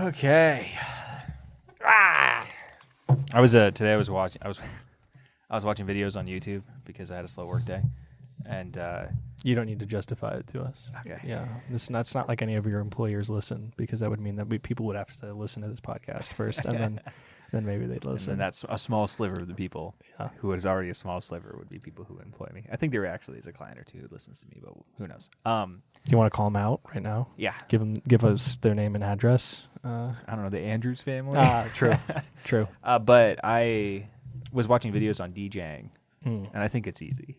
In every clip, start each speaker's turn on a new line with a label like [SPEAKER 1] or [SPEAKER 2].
[SPEAKER 1] Okay. Ah! I was uh, today. I was watching. I was I was watching videos on YouTube because I had a slow work day, and uh,
[SPEAKER 2] You don't need to justify it to us.
[SPEAKER 1] Okay.
[SPEAKER 2] Yeah. This that's not like any of your employers listen because that would mean that we, people would have to listen to this podcast first and then then maybe they'd
[SPEAKER 1] and then
[SPEAKER 2] listen.
[SPEAKER 1] that's a small sliver of the people
[SPEAKER 2] Mm-hmm. Yeah.
[SPEAKER 1] who is already a small sliver would be people who employ me. I think there actually is a client or two who listens to me, but who knows? Um,
[SPEAKER 2] Do you want to call them out right now?
[SPEAKER 1] yeah,
[SPEAKER 2] Give them give us their name and address. Uh,
[SPEAKER 1] I don't know the Andrews family,
[SPEAKER 2] ah, true. True.
[SPEAKER 1] uh, but I was watching videos on DJing,
[SPEAKER 2] Mm.
[SPEAKER 1] and I think it's easy.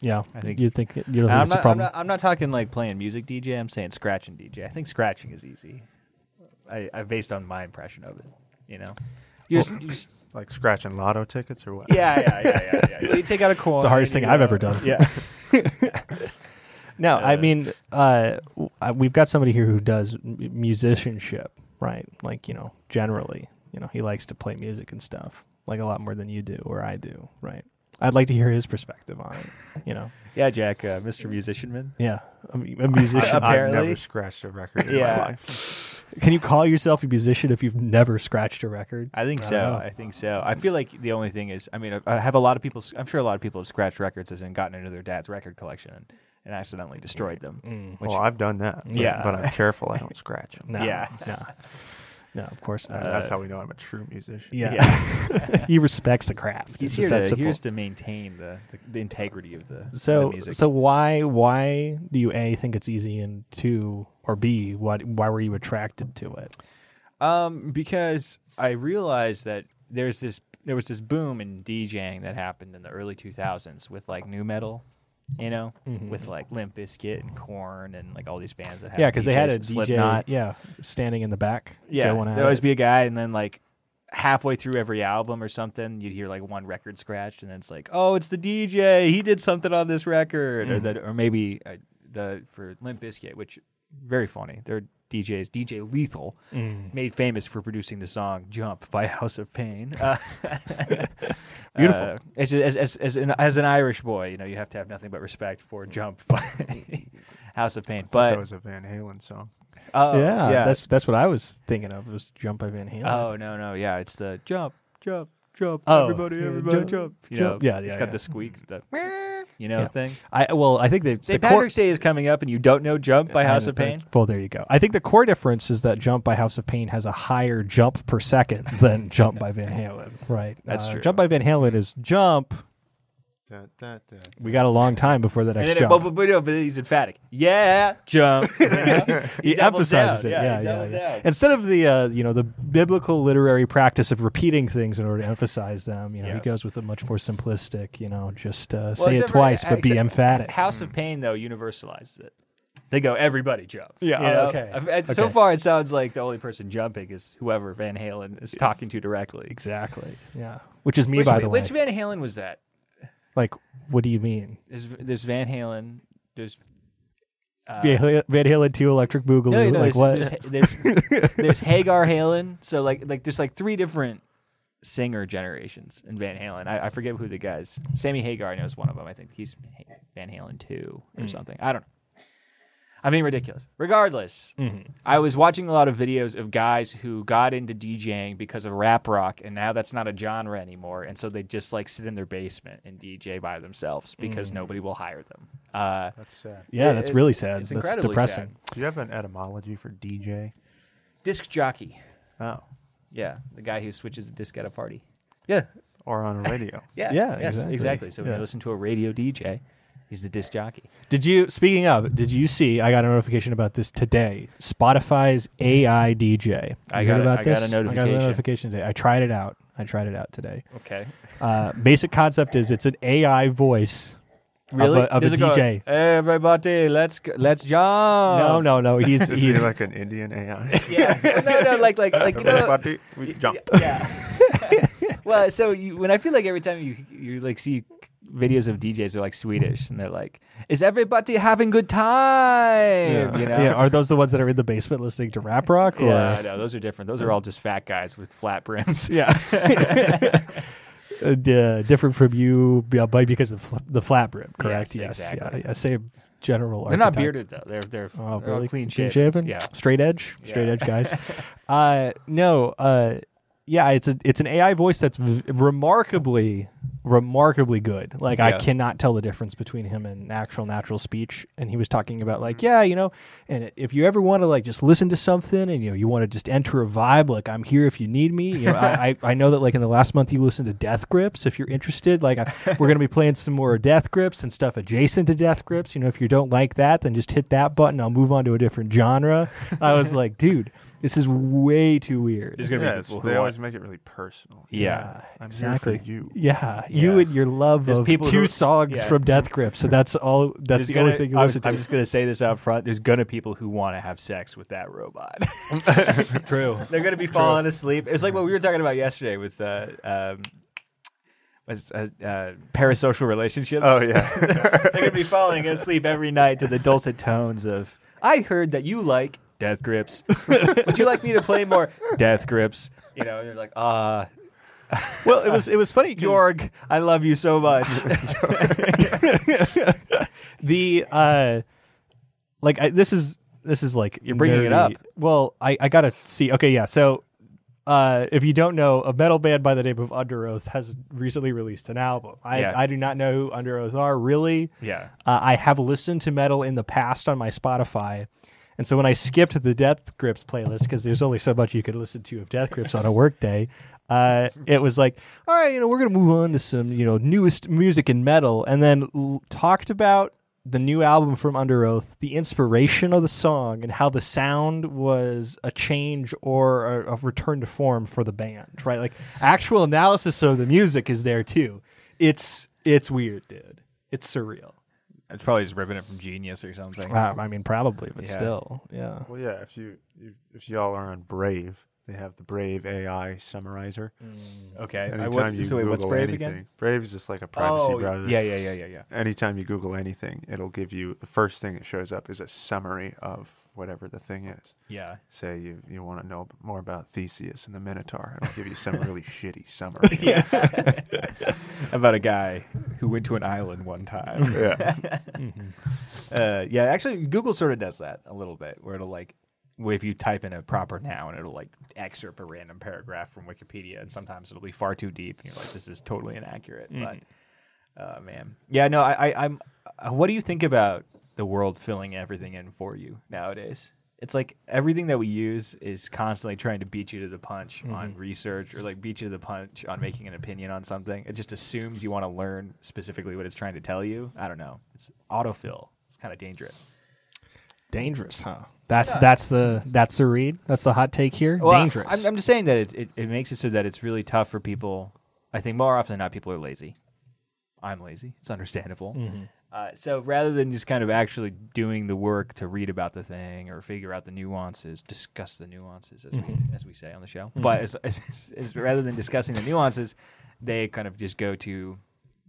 [SPEAKER 2] Yeah.
[SPEAKER 1] I think-
[SPEAKER 2] you think it- you
[SPEAKER 1] And
[SPEAKER 2] don't think
[SPEAKER 1] I'm
[SPEAKER 2] it's a
[SPEAKER 1] not, I'm,
[SPEAKER 2] problem.
[SPEAKER 1] not, I'm not talking like playing music DJ. I'm saying scratching DJ. I think scratching is easy. I, I based on my impression of it. You know, you just, you just
[SPEAKER 3] Like scratching lotto tickets or what?
[SPEAKER 1] yeah, yeah, yeah, yeah, yeah. You take out a coin.
[SPEAKER 2] It's the hardest thing
[SPEAKER 1] you,
[SPEAKER 2] I've
[SPEAKER 1] uh,
[SPEAKER 2] ever done.
[SPEAKER 1] Yeah,
[SPEAKER 2] No, I
[SPEAKER 1] Uh,
[SPEAKER 2] mean, uh, w- uh, we've got somebody here who does m- musicianship, right? Like, you know, generally, you know, he likes to play music and stuff, like a lot more than you do or I do, right? I'd like to hear his perspective on it, you know?
[SPEAKER 1] yeah, Jack, uh, Mr. Musician Man.
[SPEAKER 2] Yeah, a, mu- a
[SPEAKER 1] I-
[SPEAKER 2] musician.
[SPEAKER 1] I-
[SPEAKER 3] I've
[SPEAKER 1] Apparently.
[SPEAKER 3] never scratched a record in
[SPEAKER 1] Yeah.
[SPEAKER 3] my life.
[SPEAKER 2] Can you call yourself a musician if you've never scratched a record?
[SPEAKER 1] I think
[SPEAKER 2] I
[SPEAKER 1] so.
[SPEAKER 2] don't know.
[SPEAKER 1] I think so. I feel like the only thing is, I mean, I- I have a lot of people. s- I'm sure a lot of people have scratched records as in gotten into their dad's record collection and, and accidentally destroyed them.
[SPEAKER 2] Mm,
[SPEAKER 1] Which,
[SPEAKER 3] well, I've done that. but-
[SPEAKER 1] Yeah.
[SPEAKER 3] But I'm careful. I don't scratch them.
[SPEAKER 2] no,
[SPEAKER 1] Yeah.
[SPEAKER 2] no, no, of course not.
[SPEAKER 3] And that's how we know I'm a true musician.
[SPEAKER 2] yeah. he respects the craft.
[SPEAKER 1] he's
[SPEAKER 2] It's
[SPEAKER 1] here
[SPEAKER 2] just
[SPEAKER 1] to,
[SPEAKER 2] that simple.
[SPEAKER 1] here's to maintain the, the, the integrity of the the
[SPEAKER 2] So
[SPEAKER 1] music.
[SPEAKER 2] so why why do you a think it's easy and two or b what why were you attracted to it?
[SPEAKER 1] Um, because I realized that there's this there was this boom in DJing that happened in the early 2000s with like new metal, you know, with like Limp Bizkit and Corn and like all these bands that had
[SPEAKER 2] Mm-hmm. Yeah, because they had
[SPEAKER 1] DJs
[SPEAKER 2] a
[SPEAKER 1] and
[SPEAKER 2] DJ
[SPEAKER 1] Slipknot.
[SPEAKER 2] yeah standing in the back.
[SPEAKER 1] Yeah,
[SPEAKER 2] going at
[SPEAKER 1] there'd always
[SPEAKER 2] it.
[SPEAKER 1] be a guy, and then like halfway through every album or something, you'd hear like one record scratched, and then it's like, oh, it's the DJ. He did something on this record,
[SPEAKER 2] Mm-hmm.
[SPEAKER 1] or that, or maybe uh, the for Limp Bizkit, which very funny. Their DJ is DJ Lethal,
[SPEAKER 2] Mm.
[SPEAKER 1] made famous for producing the song "Jump" by House of Pain. Uh,
[SPEAKER 2] Beautiful.
[SPEAKER 1] uh, as, as, as, as, an, as an Irish boy, you know you have to have nothing but respect for "Jump" by House of Pain.
[SPEAKER 3] That
[SPEAKER 1] But
[SPEAKER 3] was a Van Halen song.
[SPEAKER 1] oh,
[SPEAKER 2] yeah,
[SPEAKER 1] yeah,
[SPEAKER 2] that's that's what I was thinking of was jump by Van Halen.
[SPEAKER 1] Oh no, no, yeah, it's the jump, jump, jump.
[SPEAKER 2] Oh,
[SPEAKER 1] everybody,
[SPEAKER 2] yeah,
[SPEAKER 1] everybody, jump,
[SPEAKER 2] jump,
[SPEAKER 1] You
[SPEAKER 2] jump.
[SPEAKER 1] know,
[SPEAKER 2] Yeah,
[SPEAKER 1] it's
[SPEAKER 2] yeah,
[SPEAKER 1] got
[SPEAKER 2] yeah.
[SPEAKER 1] the squeak, the you know
[SPEAKER 2] Yeah.
[SPEAKER 1] thing.
[SPEAKER 2] I well I think that
[SPEAKER 1] St. Patrick's Day is coming up, and you don't know "Jump" by House of Pain.
[SPEAKER 2] Well, there you go. I think the core difference is that Jump by House of Pain has a higher jump per second than Jump by Van Halen. Right.
[SPEAKER 1] That's
[SPEAKER 2] Uh,
[SPEAKER 1] true.
[SPEAKER 2] Jump by Van Halen is jump.
[SPEAKER 3] Da, da, da.
[SPEAKER 2] We got a long time before the
[SPEAKER 1] And
[SPEAKER 2] next
[SPEAKER 1] then it,
[SPEAKER 2] jump.
[SPEAKER 1] but, but, but, no, but he's emphatic. Yeah, jump. you know?
[SPEAKER 2] he
[SPEAKER 1] doubles
[SPEAKER 2] emphasizes
[SPEAKER 1] down.
[SPEAKER 2] it.
[SPEAKER 1] Yeah,
[SPEAKER 2] Yeah,
[SPEAKER 1] he
[SPEAKER 2] yeah,
[SPEAKER 1] doubles
[SPEAKER 2] yeah.
[SPEAKER 1] down.
[SPEAKER 2] Instead of the uh, you know the biblical literary practice of repeating things in order to emphasize them, you know, he
[SPEAKER 1] Yes.
[SPEAKER 2] goes with a much more simplistic, you know, just uh,
[SPEAKER 1] Well,
[SPEAKER 2] say it
[SPEAKER 1] except for-
[SPEAKER 2] twice but be
[SPEAKER 1] except-
[SPEAKER 2] emphatic.
[SPEAKER 1] House of Pain though universalizes it. They go everybody jump.
[SPEAKER 2] Yeah,
[SPEAKER 1] you
[SPEAKER 2] oh,
[SPEAKER 1] know?
[SPEAKER 2] okay.
[SPEAKER 1] I've- I- So
[SPEAKER 2] Okay.
[SPEAKER 1] far, it sounds like the only person jumping is whoever Van Halen is talking to directly.
[SPEAKER 2] exactly. Yeah. Which is me,
[SPEAKER 1] Which,
[SPEAKER 2] by the way.
[SPEAKER 1] which Van Halen was that?
[SPEAKER 2] like, what do you mean?
[SPEAKER 1] There's, there's Van Halen. There's
[SPEAKER 2] Van Halen- Van Halen two Electric Boogaloo.
[SPEAKER 1] Uh, No, no,
[SPEAKER 2] like
[SPEAKER 1] there's,
[SPEAKER 2] what?
[SPEAKER 1] There's, there's, there's Hagar Halen. So like like there's like three different singer generations in Van Halen. I, I forget who the guys. Sammy Hagar, I know is one of them. I think he's Ha- Van Halen two or something. I don't know. I mean, ridiculous. Regardless, I was watching a lot of videos of guys who got into DJing because of rap rock, and now that's not a genre anymore. And so they just like sit in their basement and DJ by themselves because nobody will hire them. Uh,
[SPEAKER 3] That's sad.
[SPEAKER 2] yeah, that's
[SPEAKER 1] it-
[SPEAKER 2] really sad.
[SPEAKER 1] it's
[SPEAKER 2] That's
[SPEAKER 1] incredibly
[SPEAKER 2] depressing.
[SPEAKER 3] Do you have an etymology for DJ?
[SPEAKER 1] disc jockey.
[SPEAKER 3] Oh.
[SPEAKER 1] Yeah, the guy who switches a disc at a party. Yeah,
[SPEAKER 3] Or on a radio.
[SPEAKER 1] yeah,
[SPEAKER 2] Yeah,
[SPEAKER 1] yes,
[SPEAKER 2] exactly.
[SPEAKER 1] exactly. So when
[SPEAKER 2] Yeah.
[SPEAKER 1] you listen to a radio DJ, he's the disc jockey.
[SPEAKER 2] Did you? Speaking of, did you see? I got a notification about this today. Spotify's AI DJ. You
[SPEAKER 1] I
[SPEAKER 2] heard
[SPEAKER 1] got a-
[SPEAKER 2] about
[SPEAKER 1] I got
[SPEAKER 2] this.
[SPEAKER 1] a
[SPEAKER 2] I got
[SPEAKER 1] notification.
[SPEAKER 2] a notification today. I tried it out. I tried it out today.
[SPEAKER 1] Okay,
[SPEAKER 2] Uh, basic concept is it's an AI voice
[SPEAKER 1] really?
[SPEAKER 2] of a, of a
[SPEAKER 1] Does it go, oh.
[SPEAKER 2] DJ.
[SPEAKER 1] Everybody, let's go, let's jump.
[SPEAKER 2] no, no, no. He's
[SPEAKER 3] Is he
[SPEAKER 2] he's
[SPEAKER 3] like an Indian AI?
[SPEAKER 1] Yeah, no, no, like like like you know.
[SPEAKER 3] Everybody, we jump.
[SPEAKER 1] Yeah. well, so you, when I feel like every time you you like see videos of DJs who are like Swedish and they're like, "Is everybody having good time?" You know.
[SPEAKER 2] yeah. Are those the ones that are in the basement listening to rap rock? Or?
[SPEAKER 1] Yeah, I know. Those are different. Those are all just fat guys with flat brims.
[SPEAKER 2] yeah. Uh, d- different from you uh, but because of fl- the flat brim, correct?
[SPEAKER 1] Yes, exactly.
[SPEAKER 2] Yeah, yeah. Same general.
[SPEAKER 4] They're not
[SPEAKER 2] archetype.
[SPEAKER 4] bearded though. They're they're,
[SPEAKER 2] Oh,
[SPEAKER 4] they're all
[SPEAKER 2] really?
[SPEAKER 4] clean shaven. Yeah.
[SPEAKER 2] Straight edge. Straight
[SPEAKER 4] Yeah.
[SPEAKER 2] edge guys. uh, no. Uh, yeah. It's a it's an AI voice that's v- remarkably remarkably good. Like I
[SPEAKER 1] Yeah.
[SPEAKER 2] cannot tell the difference between him and actual natural speech. And he was talking about like yeah you know, and if you ever want to like just listen to something and you know you want to just enter a vibe like I'm here if you need me. You know I, I I know that like in the last month you listened to Death Grips if you're interested. Like I, we're gonna be playing some more Death Grips and stuff adjacent to Death Grips. You know if you don't like that then just hit that button. I'll move on to a different genre. I was like dude. This is way too weird.
[SPEAKER 1] There's gonna
[SPEAKER 3] Yeah,
[SPEAKER 1] be
[SPEAKER 3] it's-
[SPEAKER 1] people who
[SPEAKER 3] they
[SPEAKER 1] want-
[SPEAKER 3] always make it really personal.
[SPEAKER 1] yeah.
[SPEAKER 3] I'm
[SPEAKER 2] exactly.
[SPEAKER 3] here for you.
[SPEAKER 2] Yeah, you
[SPEAKER 1] Yeah.
[SPEAKER 2] and your love
[SPEAKER 1] There's
[SPEAKER 2] of
[SPEAKER 1] people
[SPEAKER 2] two
[SPEAKER 1] who-
[SPEAKER 2] songs
[SPEAKER 1] yeah.
[SPEAKER 2] from Death Grips, so that's all. That's
[SPEAKER 1] There's
[SPEAKER 2] the
[SPEAKER 1] gonna-
[SPEAKER 2] only thing you
[SPEAKER 1] I'm,
[SPEAKER 2] listen
[SPEAKER 1] I'm
[SPEAKER 2] to.
[SPEAKER 1] just gonna say this out front. There's gonna people who want to have sex with that robot.
[SPEAKER 2] True.
[SPEAKER 1] They're gonna be falling asleep. It's like what we were talking about yesterday with uh, um, was, uh, uh, parasocial relationships.
[SPEAKER 3] Oh yeah.
[SPEAKER 1] They're gonna be falling asleep every night to the dulcet tones of "I heard that you like Death Grips. Would you like me to play more Death Grips?" You know, and you're like, "Ah,
[SPEAKER 2] well, it was it was funny. 'cause
[SPEAKER 1] Jorg, I love you so much."
[SPEAKER 2] the uh, like I, this is this is like you're
[SPEAKER 1] bringing it up.
[SPEAKER 2] Well, I I gotta see. Okay, yeah. So uh, if you don't know, a metal band by the name of Under Oath has recently released an album. I
[SPEAKER 1] Yeah.
[SPEAKER 2] I do not know who Under Oath are really.
[SPEAKER 1] yeah,
[SPEAKER 2] Uh, I have listened to metal in the past on my Spotify. And so when I skipped the Death Grips playlist, because there's only so much you could listen to of Death Grips on a workday, uh, it was like, all right, you know, we're going to move on to some, you know, newest music in metal. And then l- talked about the new album from Under Oath, the inspiration of the song, and how the sound was a change or a, a return to form for the band, right? Like actual analysis of the music is there too. It's it's weird, dude. It's surreal.
[SPEAKER 1] it's probably just ripping it from Genius or something.
[SPEAKER 2] Uh, I mean, probably, but
[SPEAKER 1] Yeah.
[SPEAKER 2] still, yeah.
[SPEAKER 3] well, yeah. If you if, if y'all are on Brave, they have the Brave AI summarizer.
[SPEAKER 1] Okay, I
[SPEAKER 3] Anytime
[SPEAKER 1] would-
[SPEAKER 3] you
[SPEAKER 1] so wait,
[SPEAKER 3] Google
[SPEAKER 1] what's Brave
[SPEAKER 3] anything,
[SPEAKER 1] again?
[SPEAKER 3] Brave is just like a privacy
[SPEAKER 1] oh,
[SPEAKER 3] browser.
[SPEAKER 1] yeah, yeah, yeah, yeah, yeah.
[SPEAKER 3] Anytime you Google anything, it'll give you the first thing that shows up is a summary of whatever the thing is.
[SPEAKER 1] Yeah.
[SPEAKER 3] Say you, you want to know more about Theseus and the Minotaur, it'll give you some really shitty summary. Yeah.
[SPEAKER 1] About a guy who went to an island one time. Mm-hmm.
[SPEAKER 3] yeah.
[SPEAKER 1] uh, yeah, actually, Google sort of does that a little bit, where it'll like, where if you type in a proper noun, it'll like excerpt a random paragraph from Wikipedia, and sometimes it'll be far too deep, and you're like, this is totally inaccurate.
[SPEAKER 3] Mm-hmm.
[SPEAKER 1] But, uh, man, yeah, no, I, I, I'm. Uh, what do you think about the world filling everything in for you nowadays? It's like everything that we use is constantly trying to beat you to the punch on research or like beat you to the punch on making an opinion on something. It just assumes you want to learn specifically what it's trying to tell you. I don't know. It's autofill. It's kind of dangerous.
[SPEAKER 2] Dangerous, huh? That's that's the that's the read. That's the hot take here.
[SPEAKER 1] Well,
[SPEAKER 2] Dangerous.
[SPEAKER 1] I'm, I'm just saying that it, it, it makes it so that it's really tough for people. I think more often than not, people are lazy. I'm lazy. It's understandable. Uh, so rather than just kind of actually doing the work to read about the thing or figure out the nuances, discuss the nuances as, we, as we say on the show, but as, as, as, rather than discussing the nuances, they kind of just go to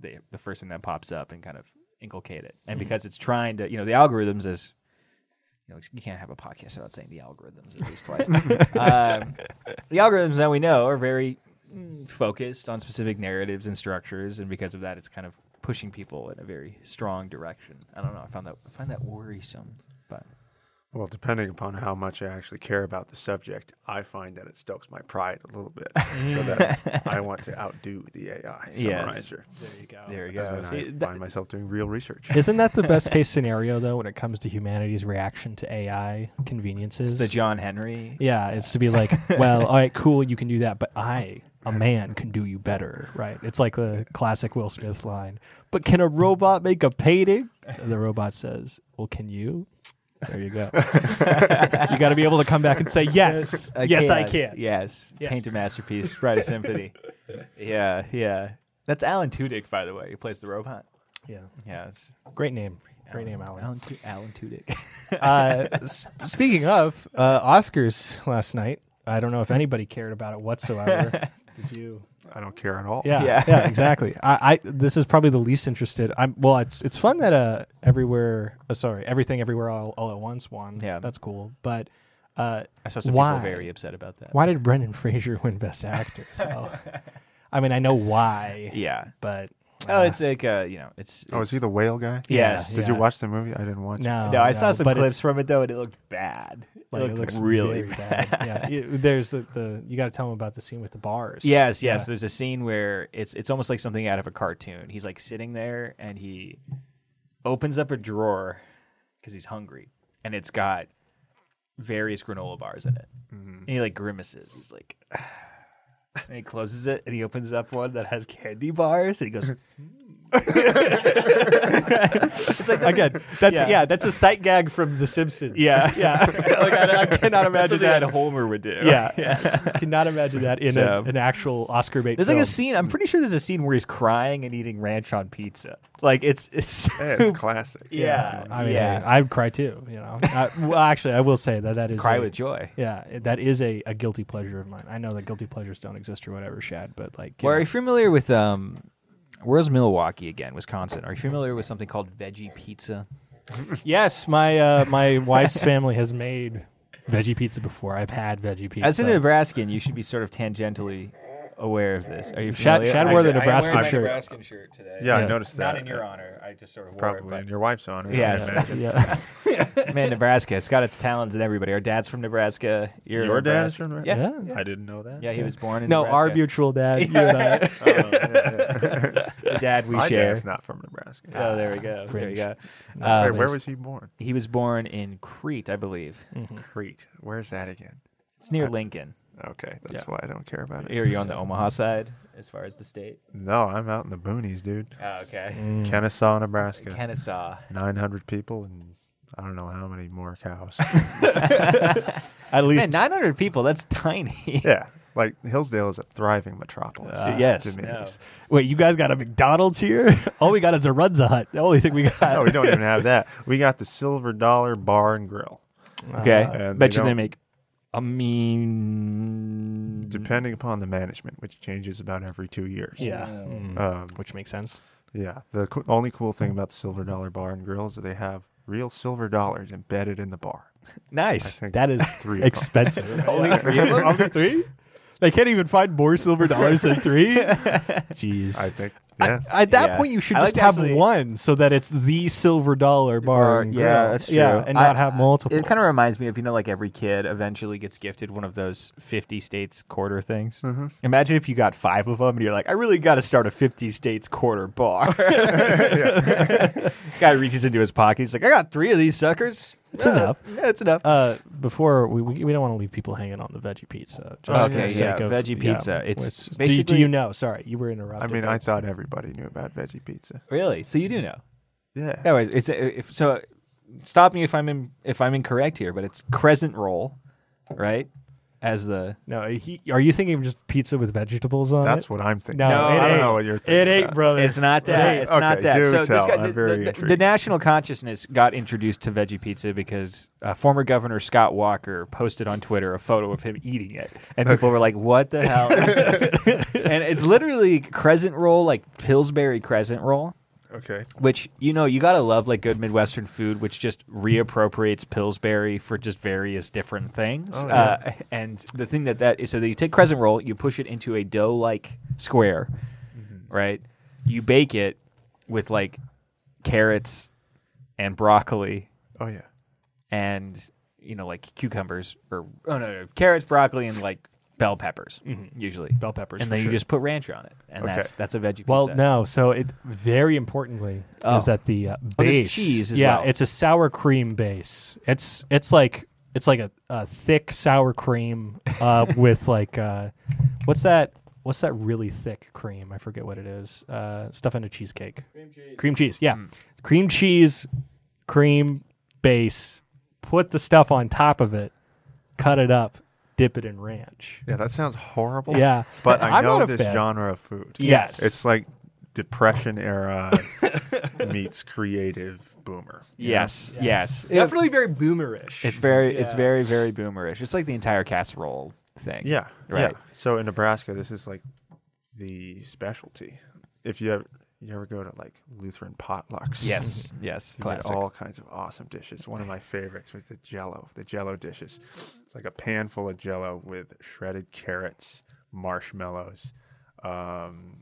[SPEAKER 1] the, the first thing that pops up and kind of inculcate it. And because it's trying to, you know, the algorithms is you know, you can't have a podcast without saying the algorithms at least twice. um, the algorithms that we know are very mm, focused on specific narratives and structures, and because of that, it's kind of pushing people in a very strong direction. I don't know. I found that I find that worrisome, but
[SPEAKER 3] Well, depending upon how much I actually care about the subject, I find that it stokes my pride a little bit. so that I want to outdo the AI
[SPEAKER 1] Yes.
[SPEAKER 3] summarizer.
[SPEAKER 2] there you go.
[SPEAKER 1] there you go.
[SPEAKER 3] And
[SPEAKER 1] See,
[SPEAKER 3] I
[SPEAKER 1] that-
[SPEAKER 3] find myself doing real research.
[SPEAKER 2] Isn't that the best case scenario though when it comes to humanity's reaction to AI conveniences?
[SPEAKER 1] the John Henry.
[SPEAKER 2] yeah, it's to be like, well, all right, cool, you can do that, but I, a man, can do you better, right? It's like the classic Will Smith line. But can a robot make a painting? And The robot says, "Well, can you?" There you go. you got to be able to come back and say, "Yes, yes, I can."
[SPEAKER 1] Yes.
[SPEAKER 2] Yes.
[SPEAKER 1] paint a masterpiece, write a symphony. yeah, yeah. That's Alan Tudyk, by the way. He plays the robot.
[SPEAKER 2] yeah.
[SPEAKER 1] Yes,
[SPEAKER 2] Great name. Great name, Alan.
[SPEAKER 1] Alan, Tu- Alan Tudyk.
[SPEAKER 2] Uh, s- speaking of uh, Oscars last night, I don't know if anybody cared about it whatsoever. Did you?
[SPEAKER 3] I don't care at all.
[SPEAKER 2] Yeah, yeah,
[SPEAKER 1] Yeah.
[SPEAKER 2] exactly. I, I this is probably the least interested. I'm well. It's it's fun that uh everywhere. Uh, sorry, everything everywhere all, all at once won.
[SPEAKER 1] Yeah.
[SPEAKER 2] that's cool. But uh,
[SPEAKER 1] I saw some
[SPEAKER 2] Why?
[SPEAKER 1] people very upset about that.
[SPEAKER 2] why did Brendan Fraser win Best Actor? Though? I mean, I know why,
[SPEAKER 1] Yeah,
[SPEAKER 2] but
[SPEAKER 1] Oh, it's like uh, you know, it's.
[SPEAKER 3] Oh, is he
[SPEAKER 1] it's-
[SPEAKER 3] the whale guy?
[SPEAKER 1] Yes.
[SPEAKER 3] Did you
[SPEAKER 2] Yeah.
[SPEAKER 3] watch the movie? I didn't watch. it.
[SPEAKER 2] Oh, No,
[SPEAKER 1] no, I saw some
[SPEAKER 2] but
[SPEAKER 1] clips
[SPEAKER 2] it's-
[SPEAKER 1] from it though, and it looked bad. It
[SPEAKER 2] like,
[SPEAKER 1] looked
[SPEAKER 2] it looks
[SPEAKER 1] really
[SPEAKER 2] very bad. yeah, It- there's the, the you got to tell them about the scene with the bars.
[SPEAKER 1] Yes, yes.
[SPEAKER 2] Yeah.
[SPEAKER 1] There's a scene where it's it's almost like something out of a cartoon. He's like sitting there and he opens up a drawer because he's hungry, and it's got various granola bars in it.
[SPEAKER 2] Mm-hmm.
[SPEAKER 1] And he like grimaces. He's like, and he closes it and he opens up one that has candy bars, and he goes,
[SPEAKER 2] Again, that's
[SPEAKER 1] Yeah.
[SPEAKER 2] yeah. that's a sight gag from The Simpsons.
[SPEAKER 1] "Yeah,
[SPEAKER 2] yeah. like, I, I cannot imagine
[SPEAKER 1] Imagine that
[SPEAKER 2] that.
[SPEAKER 1] Homer would do."
[SPEAKER 2] Yeah, cannot imagine that in a-
[SPEAKER 1] So-
[SPEAKER 2] an actual Oscar bait.
[SPEAKER 1] There's
[SPEAKER 2] film.
[SPEAKER 1] like a scene. I'm pretty sure there's a scene where he's crying and eating ranch on pizza. Like it's it's
[SPEAKER 3] Yeah, it's classic.
[SPEAKER 1] yeah,
[SPEAKER 2] I mean,
[SPEAKER 1] yeah.
[SPEAKER 2] I, would cry too. You know, I, well, actually, I will say that that is
[SPEAKER 1] cry
[SPEAKER 2] a-
[SPEAKER 1] with joy.
[SPEAKER 2] Yeah, it- that is a, a guilty pleasure of mine. I know that guilty pleasures don't exist or whatever, Shad, but like, you
[SPEAKER 1] Well, are
[SPEAKER 2] know,
[SPEAKER 1] you familiar with um? Where's Milwaukee again? Wisconsin. Are you familiar with something called veggie pizza?
[SPEAKER 2] yes, my uh, my wife's family has made veggie pizza before. I've had veggie pizza.
[SPEAKER 1] As a Nebraskan, you should be sort of tangentially aware of this. Are you
[SPEAKER 2] Shad,
[SPEAKER 1] familiar?
[SPEAKER 2] Shad
[SPEAKER 1] I-
[SPEAKER 2] wore the
[SPEAKER 1] I-
[SPEAKER 2] Nebraska
[SPEAKER 3] wearing my
[SPEAKER 2] shirt.
[SPEAKER 4] shirt today.
[SPEAKER 3] Yeah, I
[SPEAKER 2] Yeah.
[SPEAKER 3] noticed that.
[SPEAKER 4] Not in your honor. I just sort of wore
[SPEAKER 3] Probably
[SPEAKER 4] it.
[SPEAKER 3] in your wife's honor. I
[SPEAKER 1] Yes.
[SPEAKER 3] imagine.
[SPEAKER 2] Yeah,
[SPEAKER 1] man, Nebraska. It's got its talents in everybody. Our dad's from Nebraska. You're
[SPEAKER 3] Your dad is
[SPEAKER 1] dad's
[SPEAKER 3] from Nebraska?
[SPEAKER 1] Yeah.
[SPEAKER 2] Yeah.
[SPEAKER 3] I didn't know that.
[SPEAKER 1] Yeah, he was born in
[SPEAKER 2] no,
[SPEAKER 1] Nebraska.
[SPEAKER 2] our mutual dad, you and I.
[SPEAKER 1] The dad we
[SPEAKER 3] Oh, My
[SPEAKER 1] share.
[SPEAKER 3] dad's not from Nebraska.
[SPEAKER 1] Oh, there we go. There we
[SPEAKER 2] Cringe.
[SPEAKER 1] go.
[SPEAKER 3] Wait,
[SPEAKER 1] Um,
[SPEAKER 3] where was he born?
[SPEAKER 1] he was born in Crete, I believe.
[SPEAKER 3] Hmm. Crete. Where's that again?
[SPEAKER 1] It's
[SPEAKER 3] Ah.
[SPEAKER 1] near Lincoln.
[SPEAKER 3] Okay, that's why I don't care about it.
[SPEAKER 1] Are you on the Omaha side as far as the state?
[SPEAKER 3] No, I'm out in the boonies, dude.
[SPEAKER 1] Oh, okay.
[SPEAKER 3] Hmm. Kennesaw, Nebraska.
[SPEAKER 1] Kennesaw.
[SPEAKER 3] 900 people and I don't know how many more cows.
[SPEAKER 2] At least
[SPEAKER 1] Man, 900 people. That's tiny.
[SPEAKER 3] yeah. Like Hillsdale is a thriving metropolis.
[SPEAKER 1] Uh, yes.
[SPEAKER 3] To me.
[SPEAKER 1] No.
[SPEAKER 2] Wait, you guys got a McDonald's here? All we got is a Runza Hut. The only thing we got.
[SPEAKER 3] No, we don't even have that. We got the Silver Dollar Bar and Grill.
[SPEAKER 1] Okay.
[SPEAKER 3] Uh, and
[SPEAKER 1] Bet
[SPEAKER 3] they
[SPEAKER 1] you they
[SPEAKER 3] don't-
[SPEAKER 1] make a mean.
[SPEAKER 3] Depending upon the management, which changes about every two years.
[SPEAKER 2] Yeah,
[SPEAKER 3] Um,
[SPEAKER 2] which makes sense.
[SPEAKER 3] yeah. The co- only cool thing about the Silver Dollar Bar and Grill is that they have real silver dollars embedded in the bar.
[SPEAKER 1] Nice.
[SPEAKER 3] think
[SPEAKER 2] That is
[SPEAKER 3] three of
[SPEAKER 2] expensive.
[SPEAKER 1] Only three of them?
[SPEAKER 2] Only three? They can't even find more silver dollars than three. Jeez.
[SPEAKER 3] I think. Yeah.
[SPEAKER 2] At that
[SPEAKER 1] Yeah.
[SPEAKER 2] point, you should
[SPEAKER 1] I
[SPEAKER 2] just
[SPEAKER 1] like to
[SPEAKER 2] have
[SPEAKER 1] actually-
[SPEAKER 2] one, so that it's the silver dollar bar. and grill.
[SPEAKER 1] yeah, that's true.
[SPEAKER 2] Yeah, and not have multiple.
[SPEAKER 1] It kind of reminds me of you know, like every kid eventually gets gifted one of those fifty states quarter things. Imagine if you got five of them, and you're like, I really got to start a fifty states quarter bar. Guy reaches into his pocket, he's like, I got three of these suckers. That's
[SPEAKER 2] enough.
[SPEAKER 1] Yeah, it's enough.
[SPEAKER 2] uh, before we, we we don't want to leave people hanging on the veggie pizza. Just
[SPEAKER 3] Okay,
[SPEAKER 2] for the sake
[SPEAKER 1] yeah,
[SPEAKER 2] of-
[SPEAKER 1] veggie pizza. It's
[SPEAKER 2] was- do you- do,
[SPEAKER 1] basically-
[SPEAKER 2] you know? Sorry, you were
[SPEAKER 3] I
[SPEAKER 2] interrupted.
[SPEAKER 3] mean, I
[SPEAKER 2] there.
[SPEAKER 3] thought everybody knew about veggie pizza.
[SPEAKER 1] really? So you do know?
[SPEAKER 3] Yeah.
[SPEAKER 1] Anyways, it's uh, if, so. Stop me if I'm in, if I'm incorrect here, but it's crescent roll, right? As the
[SPEAKER 2] no. He, are you thinking of just pizza with vegetables on
[SPEAKER 3] That's
[SPEAKER 2] it?
[SPEAKER 3] what I'm thinking.
[SPEAKER 2] No,
[SPEAKER 1] No, it
[SPEAKER 3] I don't
[SPEAKER 2] ain't.
[SPEAKER 3] know what you're thinking.
[SPEAKER 2] It ain't,
[SPEAKER 3] about.
[SPEAKER 2] brother.
[SPEAKER 1] It's not that.
[SPEAKER 2] Hey,
[SPEAKER 1] It's
[SPEAKER 3] okay,
[SPEAKER 1] not that.
[SPEAKER 3] do
[SPEAKER 1] so this
[SPEAKER 3] tell.
[SPEAKER 1] guy,
[SPEAKER 3] I'm
[SPEAKER 1] the,
[SPEAKER 3] very
[SPEAKER 1] the- the
[SPEAKER 3] intrigued.
[SPEAKER 1] national consciousness got introduced to veggie pizza because uh, former Governor Scott Walker posted on Twitter a photo of him eating it, and people were like, "What the hell?" is this?" and it's literally crescent roll, like Pillsbury crescent roll.
[SPEAKER 3] Okay.
[SPEAKER 1] Which you know you gotta love like good Midwestern food, which just reappropriates Pillsbury for just various different things.
[SPEAKER 2] Oh,
[SPEAKER 1] uh, and the thing that that is, so that you take crescent roll, you push it into a dough-like square,
[SPEAKER 2] Mm-hmm.
[SPEAKER 1] right? You bake it with like carrots and broccoli
[SPEAKER 3] Oh yeah.
[SPEAKER 1] and you know like cucumbers or oh no, no carrots, broccoli, and like bell peppers usually.
[SPEAKER 2] Mm-hmm. bell peppers.
[SPEAKER 1] and
[SPEAKER 2] for
[SPEAKER 1] then you
[SPEAKER 2] sure.
[SPEAKER 1] just put ranch on it, and
[SPEAKER 3] Okay.
[SPEAKER 1] that's that's a veggie
[SPEAKER 2] Well,
[SPEAKER 1] pizza.
[SPEAKER 2] no. So it very importantly
[SPEAKER 1] Oh.
[SPEAKER 2] is that the uh,
[SPEAKER 1] there's
[SPEAKER 2] base
[SPEAKER 1] cheese as
[SPEAKER 2] yeah,
[SPEAKER 1] well.
[SPEAKER 2] it's a sour cream base. It's it's like it's like a, a thick sour cream uh, with like uh, what's that? What's that really thick cream? I forget what it is. Uh, stuff in a cheesecake. Cream cheese. Cream cheese. Yeah,
[SPEAKER 1] Mm.
[SPEAKER 2] cream cheese, cream base. Put the stuff on top of it. Cut it up. Dip it in ranch.
[SPEAKER 3] Yeah, that sounds horrible.
[SPEAKER 2] Yeah.
[SPEAKER 3] But I
[SPEAKER 2] I'm
[SPEAKER 3] know
[SPEAKER 2] not a
[SPEAKER 3] this
[SPEAKER 2] fan.
[SPEAKER 3] genre of food.
[SPEAKER 2] Yes.
[SPEAKER 3] It's like depression era meets creative boomer.
[SPEAKER 1] yes, yes,
[SPEAKER 2] Definitely very boomerish.
[SPEAKER 1] It's very, it's
[SPEAKER 2] Yeah.
[SPEAKER 1] very, very boomerish. It's like the entire casserole thing.
[SPEAKER 3] Yeah.
[SPEAKER 1] Right.
[SPEAKER 3] Yeah. So in Nebraska, this is like the specialty. If you ever you ever go to like Lutheran potlucks.
[SPEAKER 1] Yes. Yes.
[SPEAKER 3] You get
[SPEAKER 1] Classic.
[SPEAKER 3] all kinds of awesome dishes. One of my favorites was the jello, the jello dishes. It's like a pan full of jello with shredded carrots, marshmallows, um,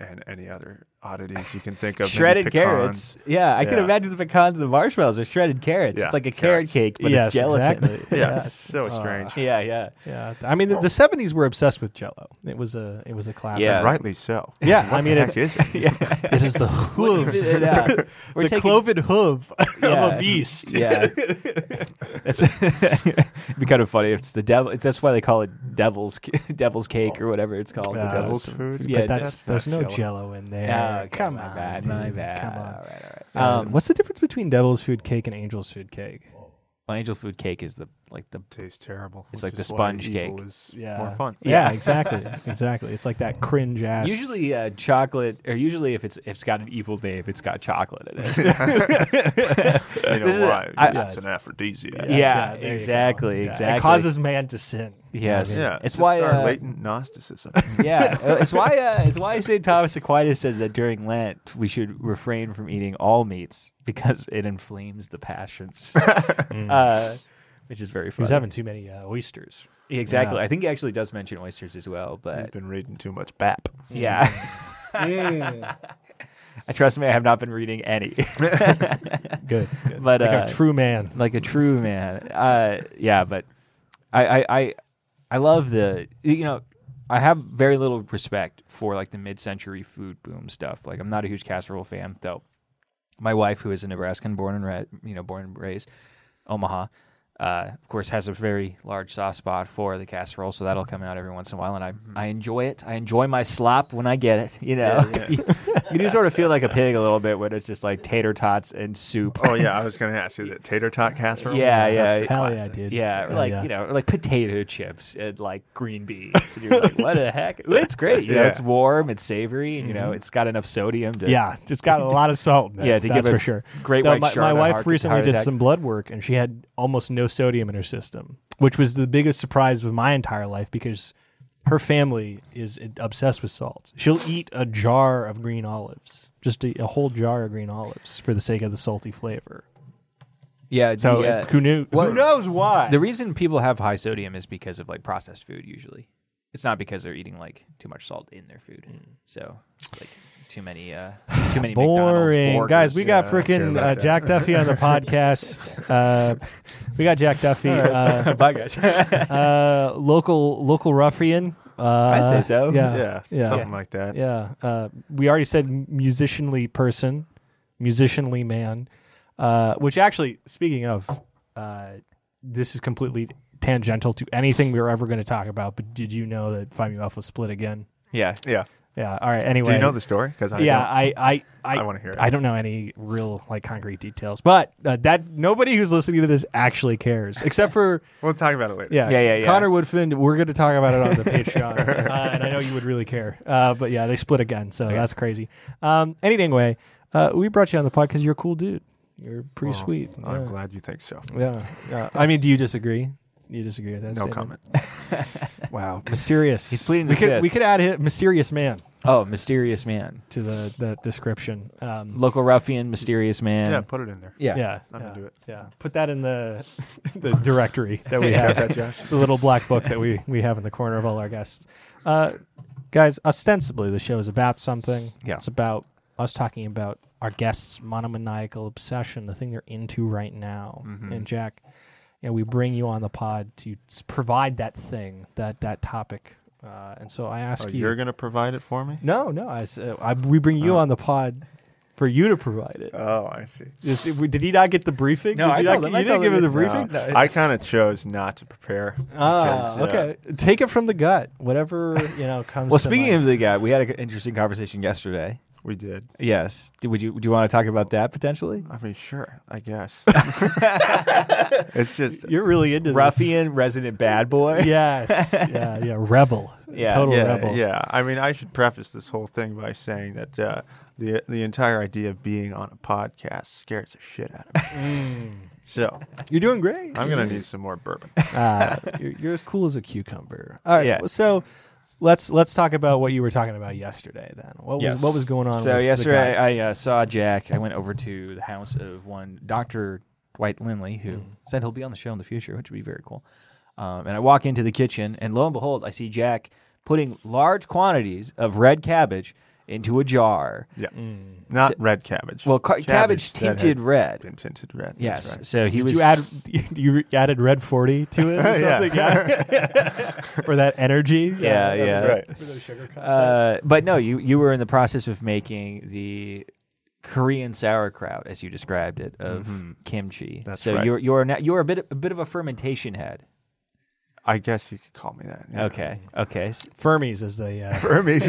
[SPEAKER 3] and any other oddities you can think of. maybe
[SPEAKER 1] shredded
[SPEAKER 3] pecans.
[SPEAKER 1] carrots. Yeah, I can
[SPEAKER 3] Yeah.
[SPEAKER 1] imagine the pecans and the marshmallows with shredded carrots.
[SPEAKER 3] Yeah,
[SPEAKER 1] It's like a
[SPEAKER 3] carrots.
[SPEAKER 1] carrot cake, but
[SPEAKER 2] yes,
[SPEAKER 1] it's gelatin.
[SPEAKER 2] exactly.
[SPEAKER 3] Yeah, it's
[SPEAKER 1] Uh,
[SPEAKER 3] so strange.
[SPEAKER 1] Yeah, yeah.
[SPEAKER 2] Yeah, I mean the, the '70s were obsessed with Jello. It was a it was a classic.
[SPEAKER 1] Yeah.
[SPEAKER 3] Rightly so.
[SPEAKER 2] Yeah, I
[SPEAKER 3] What
[SPEAKER 2] mean,
[SPEAKER 3] the
[SPEAKER 2] it's,
[SPEAKER 3] heck is it?
[SPEAKER 2] it is the hooves,
[SPEAKER 1] uh, Yeah. We're
[SPEAKER 2] the
[SPEAKER 1] taking-
[SPEAKER 2] cloven hoof of
[SPEAKER 1] Yeah.
[SPEAKER 2] a beast.
[SPEAKER 1] Yeah. It's it'd be kind of funny if it's the devil. That's why they call it devil's devil's cake or whatever it's called.
[SPEAKER 2] Yeah.
[SPEAKER 1] The
[SPEAKER 3] Devil's food.
[SPEAKER 1] Yeah,
[SPEAKER 2] but that's,
[SPEAKER 3] that's
[SPEAKER 2] there's no
[SPEAKER 3] not Jell-O.
[SPEAKER 2] Jello in there.
[SPEAKER 1] Ah, okay,
[SPEAKER 2] come
[SPEAKER 1] my
[SPEAKER 2] on,
[SPEAKER 1] bad,
[SPEAKER 2] dude,
[SPEAKER 1] my bad.
[SPEAKER 2] Come
[SPEAKER 1] All
[SPEAKER 2] on.
[SPEAKER 1] right, all right.
[SPEAKER 2] Uh,
[SPEAKER 1] Um,
[SPEAKER 2] what's the difference between devil's food cake and angel's food cake?
[SPEAKER 1] well, angel food cake is the like the
[SPEAKER 3] Tastes terrible.
[SPEAKER 1] It's
[SPEAKER 3] which
[SPEAKER 1] like the
[SPEAKER 3] is why
[SPEAKER 1] sponge
[SPEAKER 3] evil
[SPEAKER 1] cake.
[SPEAKER 3] Is More fun.
[SPEAKER 2] Yeah, exactly, exactly. It's like that cringe ass.
[SPEAKER 1] usually uh, chocolate or usually if it's if it's got an evil name, it's got chocolate in it.
[SPEAKER 3] You know why?
[SPEAKER 1] I-
[SPEAKER 3] Because it's an aphrodisiac.
[SPEAKER 1] Yeah.
[SPEAKER 2] there you go.
[SPEAKER 1] exactly, exactly.
[SPEAKER 2] It causes man to sin.
[SPEAKER 1] yes,
[SPEAKER 3] Yeah,
[SPEAKER 1] It's
[SPEAKER 3] just
[SPEAKER 1] why
[SPEAKER 3] our
[SPEAKER 1] uh,
[SPEAKER 3] latent Gnosticism.
[SPEAKER 1] yeah, uh, it's why uh, it's why St. Thomas Aquinas says that during Lent we should refrain from eating all meats because it inflames the passions, uh, which is very
[SPEAKER 2] He
[SPEAKER 1] funny.
[SPEAKER 2] was having too many uh, oysters.
[SPEAKER 1] exactly.
[SPEAKER 2] yeah.
[SPEAKER 1] I think he actually does mention oysters as well,
[SPEAKER 3] You've
[SPEAKER 1] but
[SPEAKER 3] been reading too much BAP.
[SPEAKER 1] yeah, I trust me, I have not been reading any,
[SPEAKER 2] Good, good.
[SPEAKER 1] but
[SPEAKER 2] like
[SPEAKER 1] uh,
[SPEAKER 2] a true man.
[SPEAKER 1] like a true man. Uh, yeah, but I, I I I love the you know I have very little respect for like the mid-century food boom stuff. Like I'm not a huge casserole fan, though. My wife, who is a Nebraskan, born and ra- you know born and raised Omaha, uh, of course, has a very large soft spot for the casserole, so that'll come out every once in a while, and I I enjoy it. I enjoy my slop when I get it. You know, you do sort of feel like a pig a little bit when it's just like tater tots and soup.
[SPEAKER 3] Oh yeah, I was going to ask you that tater tot casserole.
[SPEAKER 1] Yeah, yeah,
[SPEAKER 3] That's the
[SPEAKER 2] Hell yeah,
[SPEAKER 3] classic.
[SPEAKER 2] dude.
[SPEAKER 1] Yeah, or
[SPEAKER 2] Hell
[SPEAKER 1] like
[SPEAKER 2] yeah.
[SPEAKER 1] you know, or like potato chips and like green beans. And you're like, what the heck? Well, It's great. You know,
[SPEAKER 3] Yeah.
[SPEAKER 1] it's warm, it's savory. You know, it's got enough sodium to
[SPEAKER 2] Mm-hmm. Yeah, it's got a lot of salt. In it,
[SPEAKER 1] Yeah, to give
[SPEAKER 2] that's
[SPEAKER 1] it
[SPEAKER 2] for sure.
[SPEAKER 1] great
[SPEAKER 2] Though
[SPEAKER 1] white
[SPEAKER 2] my,
[SPEAKER 1] shark
[SPEAKER 2] my
[SPEAKER 1] a
[SPEAKER 2] wife
[SPEAKER 1] heart-
[SPEAKER 2] recently
[SPEAKER 1] heart
[SPEAKER 2] did
[SPEAKER 1] attack.
[SPEAKER 2] some blood work, and she had almost no sodium in her system, which was the biggest surprise of my entire life because her family is obsessed with salt. She'll eat a jar of green olives, just a, a whole jar of green olives, for the sake of the salty flavor.
[SPEAKER 1] yeah.
[SPEAKER 2] So
[SPEAKER 1] the, uh,
[SPEAKER 2] who knew?
[SPEAKER 1] what-
[SPEAKER 2] who knows why?
[SPEAKER 1] the reason people have high sodium is because of like processed food. Usually, it's not because they're eating like too much salt in their food.
[SPEAKER 2] Mm.
[SPEAKER 1] So like too many, uh, too many McDonald's
[SPEAKER 2] Boring
[SPEAKER 1] burgers.
[SPEAKER 2] guys, we got
[SPEAKER 3] Yeah, I don't care
[SPEAKER 2] freaking
[SPEAKER 3] about
[SPEAKER 2] uh,
[SPEAKER 3] that.
[SPEAKER 2] Jack Duffy on the podcast. Uh, we got Jack Duffy. Uh,
[SPEAKER 1] Bye guys.
[SPEAKER 2] uh, local local ruffian. Uh, I'd
[SPEAKER 1] say so.
[SPEAKER 2] Yeah,
[SPEAKER 3] Yeah,
[SPEAKER 2] yeah,
[SPEAKER 3] something like that.
[SPEAKER 2] yeah. Uh, we already said musicianly person, musicianly man. Uh, which actually, speaking of, uh, this is completely tangential to anything we were ever going to talk about. But did you know that Find Me Off was split again?
[SPEAKER 1] yeah,
[SPEAKER 3] Yeah.
[SPEAKER 2] Yeah. All right. Anyway,
[SPEAKER 3] Do you know the story? Because I
[SPEAKER 2] yeah,
[SPEAKER 3] don't.
[SPEAKER 2] I, I, I,
[SPEAKER 3] I wanna hear it.
[SPEAKER 2] I don't know any real like concrete details, but uh, that nobody who's listening to this actually cares, except for
[SPEAKER 3] We'll talk about it later.
[SPEAKER 2] yeah,
[SPEAKER 1] Yeah, yeah, yeah.
[SPEAKER 2] Connor Woodfin. We're going to talk about it on the Patreon, uh, and I know you would really care. Uh, but yeah, they split again, so that's crazy. Um, any- anyway, uh, we brought you on the pod because you're a cool dude. You're pretty
[SPEAKER 3] Well,
[SPEAKER 2] sweet.
[SPEAKER 3] I'm
[SPEAKER 2] yeah.
[SPEAKER 3] glad you think so.
[SPEAKER 2] yeah, yeah. Uh, I mean, do you disagree? You disagree with that?
[SPEAKER 3] No
[SPEAKER 2] statement?
[SPEAKER 3] comment.
[SPEAKER 2] Wow, mysterious.
[SPEAKER 1] He's pleading
[SPEAKER 2] We
[SPEAKER 1] the
[SPEAKER 2] could
[SPEAKER 1] fifth.
[SPEAKER 2] we could add hit mysterious man
[SPEAKER 1] Oh, mysterious man,
[SPEAKER 2] to the the description. Um,
[SPEAKER 1] local ruffian, mysterious man.
[SPEAKER 3] Yeah, put it in there.
[SPEAKER 2] Yeah,
[SPEAKER 3] I'm
[SPEAKER 2] yeah,
[SPEAKER 3] into it.
[SPEAKER 2] Yeah, put that in the the directory that we have, the little black book that we we have in the corner of all our guests. Uh, guys, ostensibly the show is about something.
[SPEAKER 1] Yeah.
[SPEAKER 2] it's about us talking about our guests' monomaniacal obsession, the thing they're into right now.
[SPEAKER 3] Mm-hmm.
[SPEAKER 2] And Jack, you know, we bring you on the pod to s- provide that thing, that that topic. Uh, and so I ask
[SPEAKER 3] Oh,
[SPEAKER 2] you,
[SPEAKER 3] you're gonna Oh. provide it for me?
[SPEAKER 2] no, no, I, s- uh, I- we bring you on the pod for you to provide it.
[SPEAKER 3] Oh, I see.
[SPEAKER 2] Is it- did he not get the briefing?
[SPEAKER 1] No,
[SPEAKER 2] did
[SPEAKER 1] I
[SPEAKER 2] you
[SPEAKER 1] told
[SPEAKER 2] not,
[SPEAKER 1] him,
[SPEAKER 2] You
[SPEAKER 1] I
[SPEAKER 2] didn't
[SPEAKER 1] told
[SPEAKER 2] give
[SPEAKER 1] him
[SPEAKER 2] him the
[SPEAKER 1] it-
[SPEAKER 2] briefing.
[SPEAKER 3] No, I kind of chose not to prepare.
[SPEAKER 2] Ah,
[SPEAKER 3] because, uh,
[SPEAKER 2] okay. Take it from the gut. Whatever you know comes.
[SPEAKER 1] Well,
[SPEAKER 2] to
[SPEAKER 1] speaking
[SPEAKER 2] mind.
[SPEAKER 1] of the guy, we had an interesting conversation yesterday.
[SPEAKER 3] we did.
[SPEAKER 1] Yes. Do, would you do you want to talk about that potentially?
[SPEAKER 3] I mean, sure. I guess. it's just
[SPEAKER 2] you're really into this.
[SPEAKER 1] Ruffian, resident bad boy.
[SPEAKER 2] Yes. Yeah. Yeah. Rebel.
[SPEAKER 1] Yeah.
[SPEAKER 2] Total
[SPEAKER 3] yeah,
[SPEAKER 2] rebel.
[SPEAKER 3] yeah. I mean, I should preface this whole thing by saying that uh, the the entire idea of being on a podcast scares the shit out of me.
[SPEAKER 1] Mm.
[SPEAKER 3] So
[SPEAKER 2] You're doing great.
[SPEAKER 3] I'm gonna need some more bourbon.
[SPEAKER 2] Uh, you're, you're as cool as a cucumber. All right.
[SPEAKER 1] Yeah.
[SPEAKER 2] well, So. Let's let's talk about what you were talking about yesterday. Then what was
[SPEAKER 1] Yes.
[SPEAKER 2] what was going on?
[SPEAKER 1] So
[SPEAKER 2] with
[SPEAKER 1] yesterday
[SPEAKER 2] the guy?
[SPEAKER 1] I uh, saw Jack. I went over to the house of one Doctor Dwight Linley, who said he'll be on the show in the future, which would be very cool. Um, and I walk into the kitchen, and lo and behold, I see Jack putting large quantities of red cabbage into a jar.
[SPEAKER 3] Yeah. Not red cabbage.
[SPEAKER 1] Mm. Well, ca- cabbage,
[SPEAKER 3] that had
[SPEAKER 1] tinted red.
[SPEAKER 3] Been tinted red. that's
[SPEAKER 1] yes.
[SPEAKER 3] right.
[SPEAKER 1] So he
[SPEAKER 2] Did
[SPEAKER 1] was.
[SPEAKER 2] you add you added red forty to it or
[SPEAKER 3] Yeah.
[SPEAKER 2] something? Yeah. or that energy?
[SPEAKER 1] yeah, yeah.
[SPEAKER 3] That's right.
[SPEAKER 2] For the sugar content.
[SPEAKER 1] Uh, but no, you you were in the process of making the Korean sauerkraut, as you described it, of kimchi.
[SPEAKER 3] Mm-hmm. That's
[SPEAKER 1] so
[SPEAKER 3] right.
[SPEAKER 1] you're you're now, you're a bit a bit of a fermentation head.
[SPEAKER 3] I guess you could call me that. yeah.
[SPEAKER 1] Okay, okay. So
[SPEAKER 2] Fermies as they uh,
[SPEAKER 3] Burmese.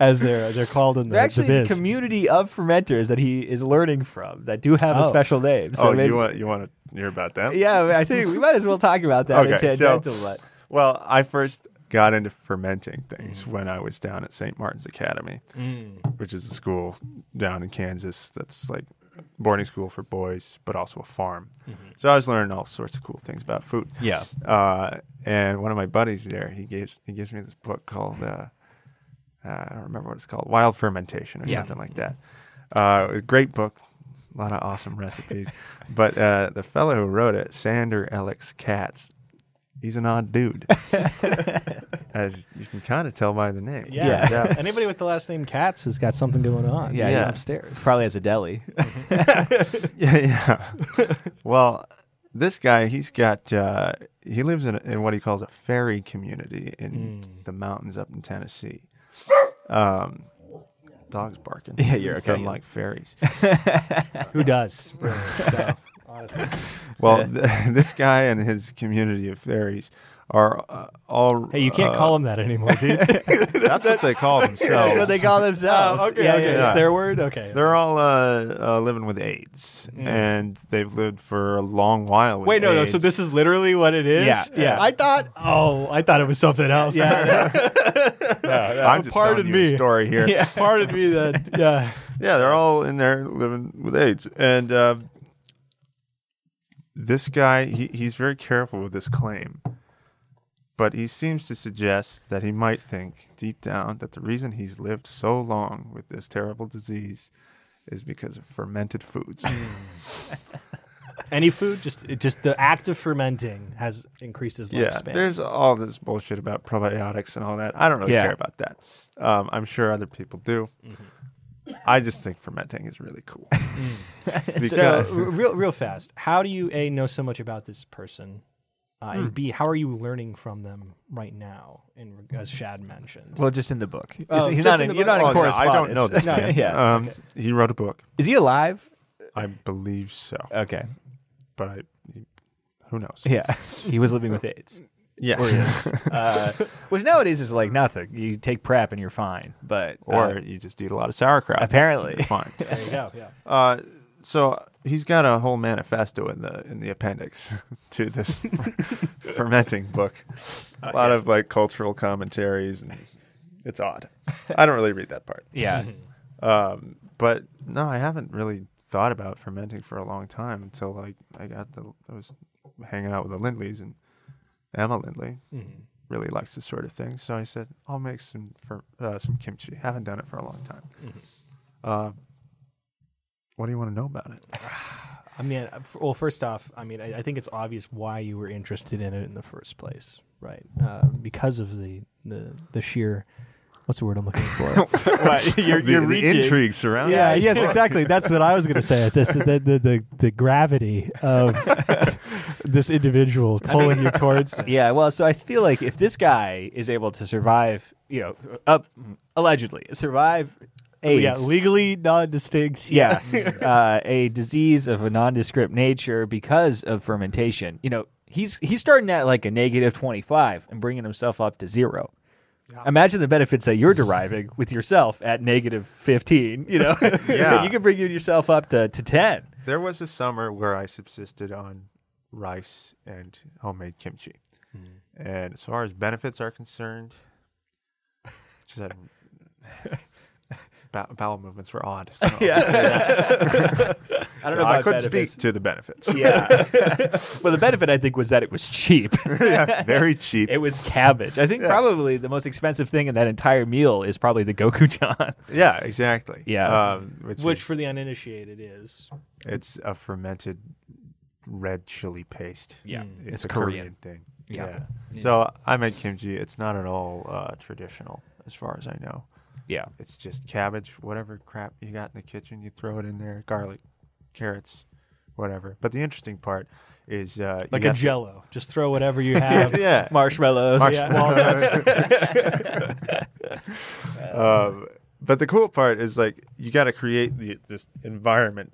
[SPEAKER 2] as they're as they're called in the,
[SPEAKER 1] there actually
[SPEAKER 2] the
[SPEAKER 1] is a
[SPEAKER 2] biz.
[SPEAKER 1] community of fermenters that he is learning from that do have a
[SPEAKER 2] Oh.
[SPEAKER 1] special name. So
[SPEAKER 3] oh,
[SPEAKER 1] maybe-
[SPEAKER 3] you want you want to hear about that?
[SPEAKER 1] yeah, I think we might as well talk about that
[SPEAKER 3] Okay,
[SPEAKER 1] in
[SPEAKER 3] so-
[SPEAKER 1] tangential. but-
[SPEAKER 3] Well, I first got into fermenting things
[SPEAKER 1] Mm.
[SPEAKER 3] when I was down at St. Martin's Academy, which is a school down in Kansas that's like boarding school for boys, but also a farm. So I was learning all sorts of cool things about food.
[SPEAKER 1] Mm-hmm. yeah.
[SPEAKER 3] Uh, and one of my buddies there, he gives he gives me this book called uh, uh, I don't remember what it's called, Wild Fermentation or
[SPEAKER 1] Yeah.
[SPEAKER 3] something like that. Uh, a great book, a lot of awesome recipes. But uh, the fellow who wrote it, Sander Alex Katz, he's an odd dude, as you can kind of tell by the name.
[SPEAKER 2] Yeah.
[SPEAKER 3] Yeah.
[SPEAKER 2] Anybody with the last name Katz has got something going on.
[SPEAKER 1] Yeah,
[SPEAKER 3] yeah.
[SPEAKER 2] upstairs.
[SPEAKER 1] Probably as a deli.
[SPEAKER 3] Yeah, yeah. well, this guy, he's got uh, he lives in, in what he calls a fairy community in
[SPEAKER 1] Hmm.
[SPEAKER 3] the mountains up in Tennessee. Um, dogs barking.
[SPEAKER 1] Yeah, you're okay.
[SPEAKER 3] Doesn't like fairies.
[SPEAKER 2] Who does? really, so, honestly.
[SPEAKER 3] Well, th- this guy and his community of fairies are uh, all.
[SPEAKER 2] Hey, you can't
[SPEAKER 3] uh,
[SPEAKER 2] call him that anymore, dude.
[SPEAKER 3] That's what they call themselves.
[SPEAKER 1] That's what they call themselves.
[SPEAKER 3] Oh,
[SPEAKER 2] okay,
[SPEAKER 1] yeah,
[SPEAKER 2] okay.
[SPEAKER 1] yeah,
[SPEAKER 3] yeah.
[SPEAKER 2] It's their word. Okay.
[SPEAKER 3] They're all uh, uh, living with AIDS, and they've lived for a long while. With
[SPEAKER 2] Mm. Wait, no, no.
[SPEAKER 3] AIDS.
[SPEAKER 2] So this is literally what it is.
[SPEAKER 3] Yeah, yeah.
[SPEAKER 2] I thought. Oh, I thought it was something else. Yeah.
[SPEAKER 3] I'm just
[SPEAKER 2] uh, pardon
[SPEAKER 3] telling you a
[SPEAKER 2] me.
[SPEAKER 3] story here.
[SPEAKER 2] Pardon me. That. Yeah.
[SPEAKER 3] Yeah, they're all in there living with AIDS, and uh, this guy he, he's very careful with this claim, but he seems to suggest that he might think deep down that the reason he's lived so long with this terrible disease is because of fermented foods.
[SPEAKER 2] Any food, just it- just the act of fermenting has increased his
[SPEAKER 3] yeah,
[SPEAKER 2] lifespan.
[SPEAKER 3] there's all this bullshit about probiotics and all that. I don't really
[SPEAKER 1] Yeah.
[SPEAKER 3] care about that. Um, I'm sure other people do.
[SPEAKER 1] Mm-hmm.
[SPEAKER 3] I just think fermenting is really cool.
[SPEAKER 2] so
[SPEAKER 3] because
[SPEAKER 2] r- real real fast. How do you a know so much about this person? Uh, And B, how are you learning from them right now? In reg- as Shad mentioned,
[SPEAKER 1] Well, just in the book. He's-
[SPEAKER 2] Oh,
[SPEAKER 1] he's
[SPEAKER 2] just
[SPEAKER 1] not
[SPEAKER 2] in
[SPEAKER 1] in,
[SPEAKER 2] the
[SPEAKER 1] you're
[SPEAKER 2] book.
[SPEAKER 1] not in
[SPEAKER 3] Oh, no, I
[SPEAKER 1] correspondence.
[SPEAKER 3] don't know this. man. Oh.
[SPEAKER 1] yeah.
[SPEAKER 3] Um, He wrote a book.
[SPEAKER 1] Is he alive?
[SPEAKER 3] I believe so,
[SPEAKER 1] Okay.
[SPEAKER 3] but I, he- who knows?
[SPEAKER 1] Yeah. Uh, he was living with AIDS.
[SPEAKER 3] Yes.
[SPEAKER 1] Or is. uh, which nowadays is like nothing. You take prep and you're fine. But uh,
[SPEAKER 3] Or you just eat a lot of sauerkraut.
[SPEAKER 1] apparently,
[SPEAKER 3] Fine.
[SPEAKER 2] there you go. Yeah.
[SPEAKER 3] Uh, so he's got a whole manifesto in the in the appendix to this fermenting book. A lot of like cultural commentaries. And it's odd. I don't really read that part.
[SPEAKER 1] yeah.
[SPEAKER 2] Mm-hmm.
[SPEAKER 3] Um, but no, I haven't really thought about fermenting for a long time until like I got the I was hanging out with the Lindleys and Emma Lindley
[SPEAKER 2] Mm-hmm.
[SPEAKER 3] really likes this sort of thing, so I said I'll make some for uh, some kimchi. Haven't done it for a long time.
[SPEAKER 2] Mm-hmm.
[SPEAKER 3] Uh, what do you want to know about it?
[SPEAKER 2] I mean, uh, f- well, first off, I mean, I, I think it's obvious why you were interested in it in the first place, right? Uh, because of the the the sheer what's the word I'm looking for?
[SPEAKER 1] Right. You're,
[SPEAKER 3] the,
[SPEAKER 1] you're
[SPEAKER 3] the
[SPEAKER 1] reaching.
[SPEAKER 3] intrigue surrounding.
[SPEAKER 2] yeah,
[SPEAKER 3] this
[SPEAKER 2] yes,
[SPEAKER 3] book.
[SPEAKER 2] exactly. That's what I was going to say. Is this, the, the the the gravity of this individual pulling you towards it?
[SPEAKER 1] Yeah, well, so I feel like if this guy is able to survive, you know, up allegedly survive AIDS,
[SPEAKER 2] Yeah, legally non-distinct.
[SPEAKER 1] yeah, uh, a disease of a nondescript nature because of fermentation. You know, he's he's starting at like a negative twenty five and bringing himself up to zero. Imagine the benefits that you're deriving with yourself at negative fifteen. You know,
[SPEAKER 3] Yeah.
[SPEAKER 1] you can bring yourself up to, to ten.
[SPEAKER 3] There was a summer where I subsisted on rice and homemade kimchi.
[SPEAKER 1] Hmm.
[SPEAKER 3] And as far as benefits are concerned, just had bow- bowel movements were odd.
[SPEAKER 1] Yeah, I don't know. About
[SPEAKER 3] I couldn't
[SPEAKER 1] benefits.
[SPEAKER 3] speak to the benefits.
[SPEAKER 1] Yeah. well, the benefit I think was that it was cheap.
[SPEAKER 3] Very cheap.
[SPEAKER 1] It was cabbage. I think probably the most expensive thing in that entire meal is probably the gochujang.
[SPEAKER 3] yeah, exactly.
[SPEAKER 1] Yeah.
[SPEAKER 3] Um, which
[SPEAKER 2] Which
[SPEAKER 3] is-
[SPEAKER 2] for the uninitiated is
[SPEAKER 3] it's a fermented red chili paste.
[SPEAKER 1] Yeah.
[SPEAKER 3] It's,
[SPEAKER 1] It's
[SPEAKER 3] a
[SPEAKER 1] Korean.
[SPEAKER 3] Korean, thing.
[SPEAKER 1] Yeah.
[SPEAKER 3] So I made kimchi. It's not at all uh, traditional, as far as I know.
[SPEAKER 1] Yeah.
[SPEAKER 3] It's just cabbage, whatever crap you got in the kitchen, you throw it in there, garlic, carrots, whatever. But the interesting part is uh, you
[SPEAKER 2] Like a
[SPEAKER 3] have to-
[SPEAKER 2] jello. Just throw whatever you have.
[SPEAKER 3] yeah,
[SPEAKER 4] Marshmallows.
[SPEAKER 2] yeah.
[SPEAKER 3] um, but the cool part is like you got to create the, this environment,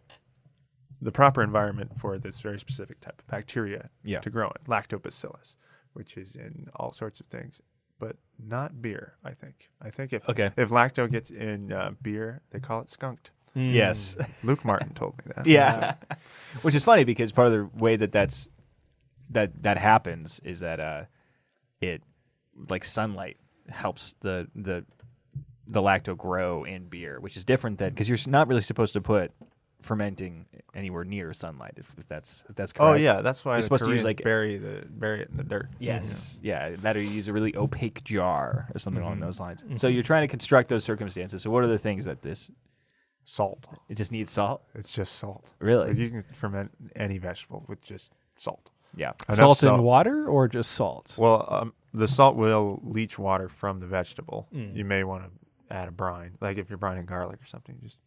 [SPEAKER 3] the proper environment for this very specific type of bacteria
[SPEAKER 1] Yeah.
[SPEAKER 3] to grow in, lactobacillus, which is in all sorts of things, but not beer. I think. I think if
[SPEAKER 1] Okay.
[SPEAKER 3] if lacto gets in uh, beer, they call it skunked.
[SPEAKER 2] Mm.
[SPEAKER 1] Yes.
[SPEAKER 3] Luke Martin told me that.
[SPEAKER 1] yeah. Hmm. Which is funny because part of the way that that's that that happens is that uh it like sunlight helps the the the lacto grow in beer, which is different than because you're s- not really supposed to put fermenting anywhere near sunlight if, if that's if that's correct.
[SPEAKER 3] Oh yeah, that's why
[SPEAKER 1] You're
[SPEAKER 3] the
[SPEAKER 1] supposed to use,
[SPEAKER 3] Koreans
[SPEAKER 1] like-
[SPEAKER 3] bury the bury it in the dirt.
[SPEAKER 1] Yes.
[SPEAKER 2] Mm-hmm.
[SPEAKER 1] Yeah. That or you use a really opaque jar or something along those lines. So
[SPEAKER 2] Mm-hmm.
[SPEAKER 1] you're trying to construct those circumstances. So what are the things that this
[SPEAKER 3] Salt.
[SPEAKER 1] it just needs salt?
[SPEAKER 3] It's just salt. Like,
[SPEAKER 1] Really?
[SPEAKER 3] you can ferment any vegetable with just salt.
[SPEAKER 1] Yeah.
[SPEAKER 3] Enough
[SPEAKER 2] Salt in water or just salt?
[SPEAKER 3] Well, um, the salt will leach water from the vegetable.
[SPEAKER 2] Mm.
[SPEAKER 3] You may want to add a brine, like if you're brining garlic or something, just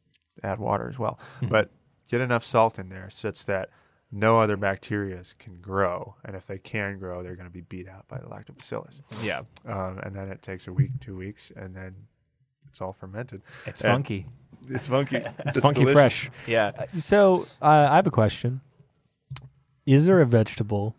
[SPEAKER 3] add water as well.
[SPEAKER 2] Hmm.
[SPEAKER 3] But get enough salt in there such that no other bacteria can grow, and if they can grow, they're going to be beat out by the lactobacillus.
[SPEAKER 1] Yeah.
[SPEAKER 3] Um, and then it takes a week, two weeks, and then it's all fermented.
[SPEAKER 1] It's
[SPEAKER 3] And
[SPEAKER 1] funky.
[SPEAKER 3] It's funky. it's
[SPEAKER 2] Funky
[SPEAKER 3] delicious.
[SPEAKER 2] fresh.
[SPEAKER 1] Yeah.
[SPEAKER 2] So uh, I have a question. Is there a vegetable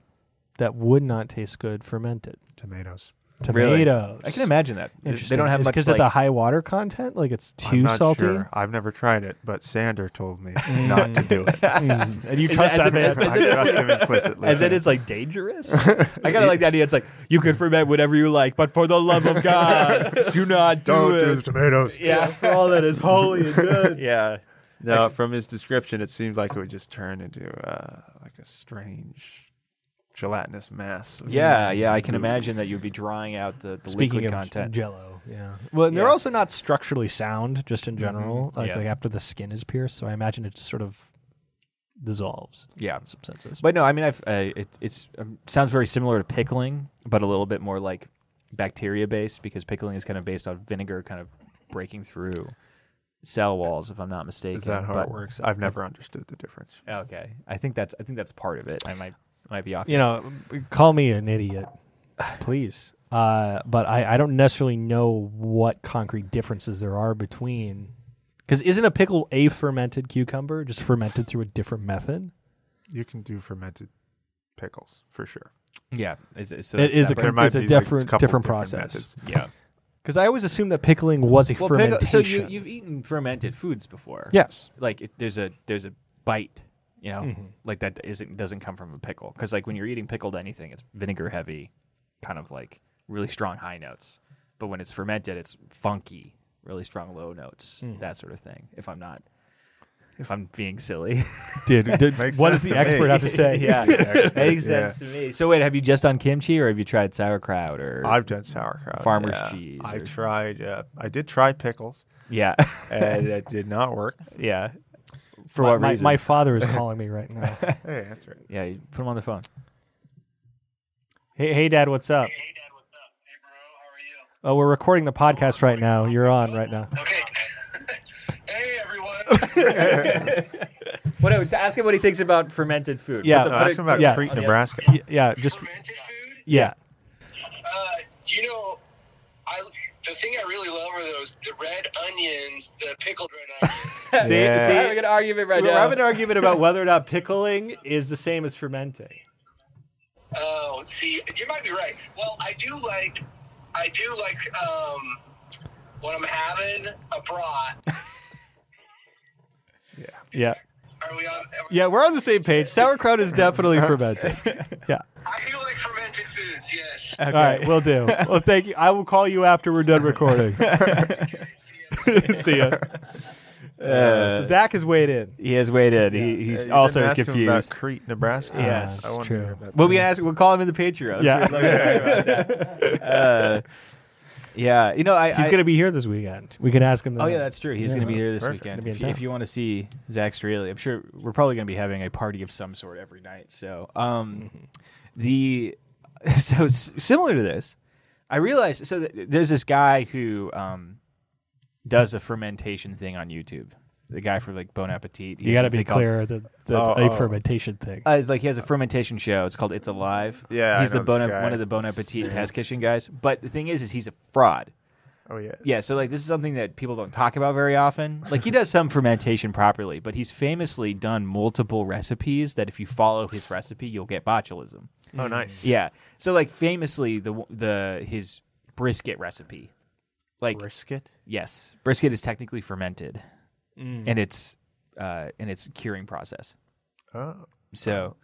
[SPEAKER 2] that would not taste good fermented?
[SPEAKER 3] tomatoes.
[SPEAKER 1] Really?
[SPEAKER 2] Tomatoes.
[SPEAKER 1] I can imagine that.
[SPEAKER 2] Interesting.
[SPEAKER 1] They don't have
[SPEAKER 2] Is
[SPEAKER 1] much
[SPEAKER 2] because
[SPEAKER 1] like,
[SPEAKER 2] of the high water content. Like it's
[SPEAKER 3] I'm
[SPEAKER 2] too
[SPEAKER 3] not
[SPEAKER 2] salty.
[SPEAKER 3] sure. I've never tried it, but Sander told me not to do it.
[SPEAKER 2] Mm. And you
[SPEAKER 1] Is
[SPEAKER 2] trust
[SPEAKER 1] it-
[SPEAKER 2] that
[SPEAKER 1] as
[SPEAKER 2] man?
[SPEAKER 1] it-
[SPEAKER 3] I trust him implicitly.
[SPEAKER 4] As it is like dangerous. I kind of like the idea. It's like you can ferment whatever you like, but for the love of God, do not do
[SPEAKER 3] Don't
[SPEAKER 4] it.
[SPEAKER 3] do the tomatoes.
[SPEAKER 4] yeah, for all that is holy and good. Yeah,
[SPEAKER 3] No, from his description, it seemed like it would just turn into uh, like a strange gelatinous mass. of-
[SPEAKER 1] Yeah, yeah, I can imagine that you'd be drawing out the, the
[SPEAKER 2] Speaking
[SPEAKER 1] liquid
[SPEAKER 2] of
[SPEAKER 1] content.
[SPEAKER 2] Jello, yeah. Mm-hmm. Well, and they're
[SPEAKER 1] Yeah.
[SPEAKER 2] also not structurally sound, just in general. Like,
[SPEAKER 1] Yeah.
[SPEAKER 2] like after the skin is pierced, so I imagine it just sort of dissolves
[SPEAKER 1] yeah.
[SPEAKER 2] in some senses.
[SPEAKER 1] But no, I mean, I've, uh, it it's, um, sounds very similar to pickling, but a little bit more like bacteria based because pickling is kind of based on vinegar kind of breaking through cell walls, if I'm not mistaken.
[SPEAKER 3] Is that how
[SPEAKER 1] but-
[SPEAKER 3] it works? I've never understood the difference.
[SPEAKER 1] Okay, I think that's I think that's part of it. I might might be off.
[SPEAKER 2] you know, call me an idiot, please. Uh, but I, I don't necessarily know what concrete differences there are between. Because isn't a pickle a fermented cucumber, just fermented through a different method?
[SPEAKER 3] You can do fermented pickles for sure.
[SPEAKER 1] Yeah, it's, it's, so
[SPEAKER 2] it
[SPEAKER 1] that's
[SPEAKER 2] is a,
[SPEAKER 1] separate.
[SPEAKER 2] it's a
[SPEAKER 3] like,
[SPEAKER 2] different
[SPEAKER 3] couple
[SPEAKER 2] different process.
[SPEAKER 3] methods.
[SPEAKER 1] yeah.
[SPEAKER 2] Because I always assumed that pickling was a fermentation.
[SPEAKER 1] so you you've eaten fermented foods before.
[SPEAKER 2] yes.
[SPEAKER 1] like it, there's a there's a bite you know
[SPEAKER 2] Mm-hmm.
[SPEAKER 1] like that isn't doesn't come from a pickle because like when you're eating pickled anything it's vinegar heavy kind of like really strong high notes but when it's fermented it's funky really strong low notes
[SPEAKER 2] Mm-hmm.
[SPEAKER 1] that sort of thing if i'm not if i'm being silly
[SPEAKER 2] Dude, did,
[SPEAKER 3] Makes
[SPEAKER 2] what does
[SPEAKER 3] sense
[SPEAKER 2] the
[SPEAKER 3] to me.
[SPEAKER 2] expert have to say?
[SPEAKER 1] yeah makes
[SPEAKER 3] Yeah.
[SPEAKER 1] sense to me so wait have you just done kimchi or have you tried sauerkraut or
[SPEAKER 3] I've done sauerkraut,
[SPEAKER 1] Farmer's
[SPEAKER 3] yeah.
[SPEAKER 1] cheese
[SPEAKER 3] I
[SPEAKER 1] or-
[SPEAKER 3] tried. Uh, I did try pickles,
[SPEAKER 1] yeah
[SPEAKER 3] and it did not work.
[SPEAKER 1] yeah for
[SPEAKER 2] My,
[SPEAKER 1] what
[SPEAKER 2] my,
[SPEAKER 1] reason
[SPEAKER 2] my father is calling me right now.
[SPEAKER 3] Hey, that's right.
[SPEAKER 1] yeah you put him on the phone
[SPEAKER 2] hey, hey, Dad, what's up?
[SPEAKER 5] Hey, Dad, what's up? Hey, bro, how are you?
[SPEAKER 2] Oh, we're recording the podcast right now. You're on right now.
[SPEAKER 5] Okay. hey, everyone.
[SPEAKER 1] what to ask him what he thinks about fermented food
[SPEAKER 2] Yeah.
[SPEAKER 1] Put the-
[SPEAKER 3] No,
[SPEAKER 1] put
[SPEAKER 3] ask
[SPEAKER 1] it-
[SPEAKER 3] him about
[SPEAKER 2] yeah.
[SPEAKER 3] Crete,
[SPEAKER 1] Yeah.
[SPEAKER 3] Nebraska.
[SPEAKER 2] Y- Yeah, just
[SPEAKER 5] Fermented food?
[SPEAKER 2] yeah.
[SPEAKER 5] Uh, you know, I the thing I really love are those the red onions, the pickled red onions.
[SPEAKER 2] See,
[SPEAKER 3] Yeah.
[SPEAKER 2] see,
[SPEAKER 1] We're having an argument right
[SPEAKER 2] we're
[SPEAKER 1] now.
[SPEAKER 2] having an argument about whether or not pickling is the same as fermenting.
[SPEAKER 5] Oh, see, you might be right. Well, I do like, I do like um, when I'm having a brat.
[SPEAKER 2] Yeah.
[SPEAKER 5] Are we on? Are we,
[SPEAKER 2] Yeah, we're on the same page. Sauerkraut is definitely fermenting. Yeah.
[SPEAKER 5] I do like fermented foods. Yes.
[SPEAKER 2] All right, we'll do. Well, thank you. I will call you after we're done recording. See ya.
[SPEAKER 1] Uh,
[SPEAKER 2] so Zach has weighed in.
[SPEAKER 1] He has weighed in. He,
[SPEAKER 3] Yeah,
[SPEAKER 1] he's
[SPEAKER 3] you
[SPEAKER 1] also is
[SPEAKER 3] didn't ask him about
[SPEAKER 1] confused.
[SPEAKER 3] Crete, Nebraska.
[SPEAKER 1] Yes,
[SPEAKER 3] I wanna
[SPEAKER 2] true.
[SPEAKER 3] hear about
[SPEAKER 1] We'll
[SPEAKER 3] that.
[SPEAKER 1] be ask. We'll call him in the Patreon. I'm sure
[SPEAKER 2] Yeah.
[SPEAKER 1] he'd love to talk about that. Uh, yeah. You know, I.
[SPEAKER 2] He's
[SPEAKER 1] I-
[SPEAKER 2] going to be here this weekend. We can ask him.
[SPEAKER 1] Oh
[SPEAKER 2] then.
[SPEAKER 1] yeah, that's true. He's
[SPEAKER 2] Yeah.
[SPEAKER 1] going to be here this
[SPEAKER 3] Perfect.
[SPEAKER 1] weekend.
[SPEAKER 2] Gonna be in
[SPEAKER 1] if, you- if
[SPEAKER 2] town.
[SPEAKER 1] you want to see Zach Straley, I'm sure we're probably going to be having a party of some sort every night. So, um,
[SPEAKER 2] Mm-hmm.
[SPEAKER 1] the so s- similar to this, I realized. So th- there's this guy who um, does a fermentation thing on YouTube. The guy for like Bon Appetit. he
[SPEAKER 2] You
[SPEAKER 1] has
[SPEAKER 2] got
[SPEAKER 1] a
[SPEAKER 2] to be
[SPEAKER 1] thing called-
[SPEAKER 2] clear the the
[SPEAKER 3] Oh,
[SPEAKER 2] a
[SPEAKER 3] oh.
[SPEAKER 2] fermentation thing.
[SPEAKER 1] Uh, it's like he has a fermentation show. It's called It's Alive.
[SPEAKER 3] Yeah, I
[SPEAKER 1] he's
[SPEAKER 3] know
[SPEAKER 1] the bon
[SPEAKER 3] this guy.
[SPEAKER 1] one of the Bon Appetit Test Kitchen guys. But the thing is, is he's a fraud.
[SPEAKER 3] Oh yeah.
[SPEAKER 1] Yeah, so like this is something that people don't talk about very often. Like he does some fermentation properly, but he's famously done multiple recipes that if you follow his recipe, you'll get botulism.
[SPEAKER 3] Oh nice.
[SPEAKER 1] Yeah, so like famously the the his brisket recipe, like
[SPEAKER 3] Brisket.
[SPEAKER 1] yes, brisket is technically fermented, and it's uh and it's curing process.
[SPEAKER 3] Oh.
[SPEAKER 1] So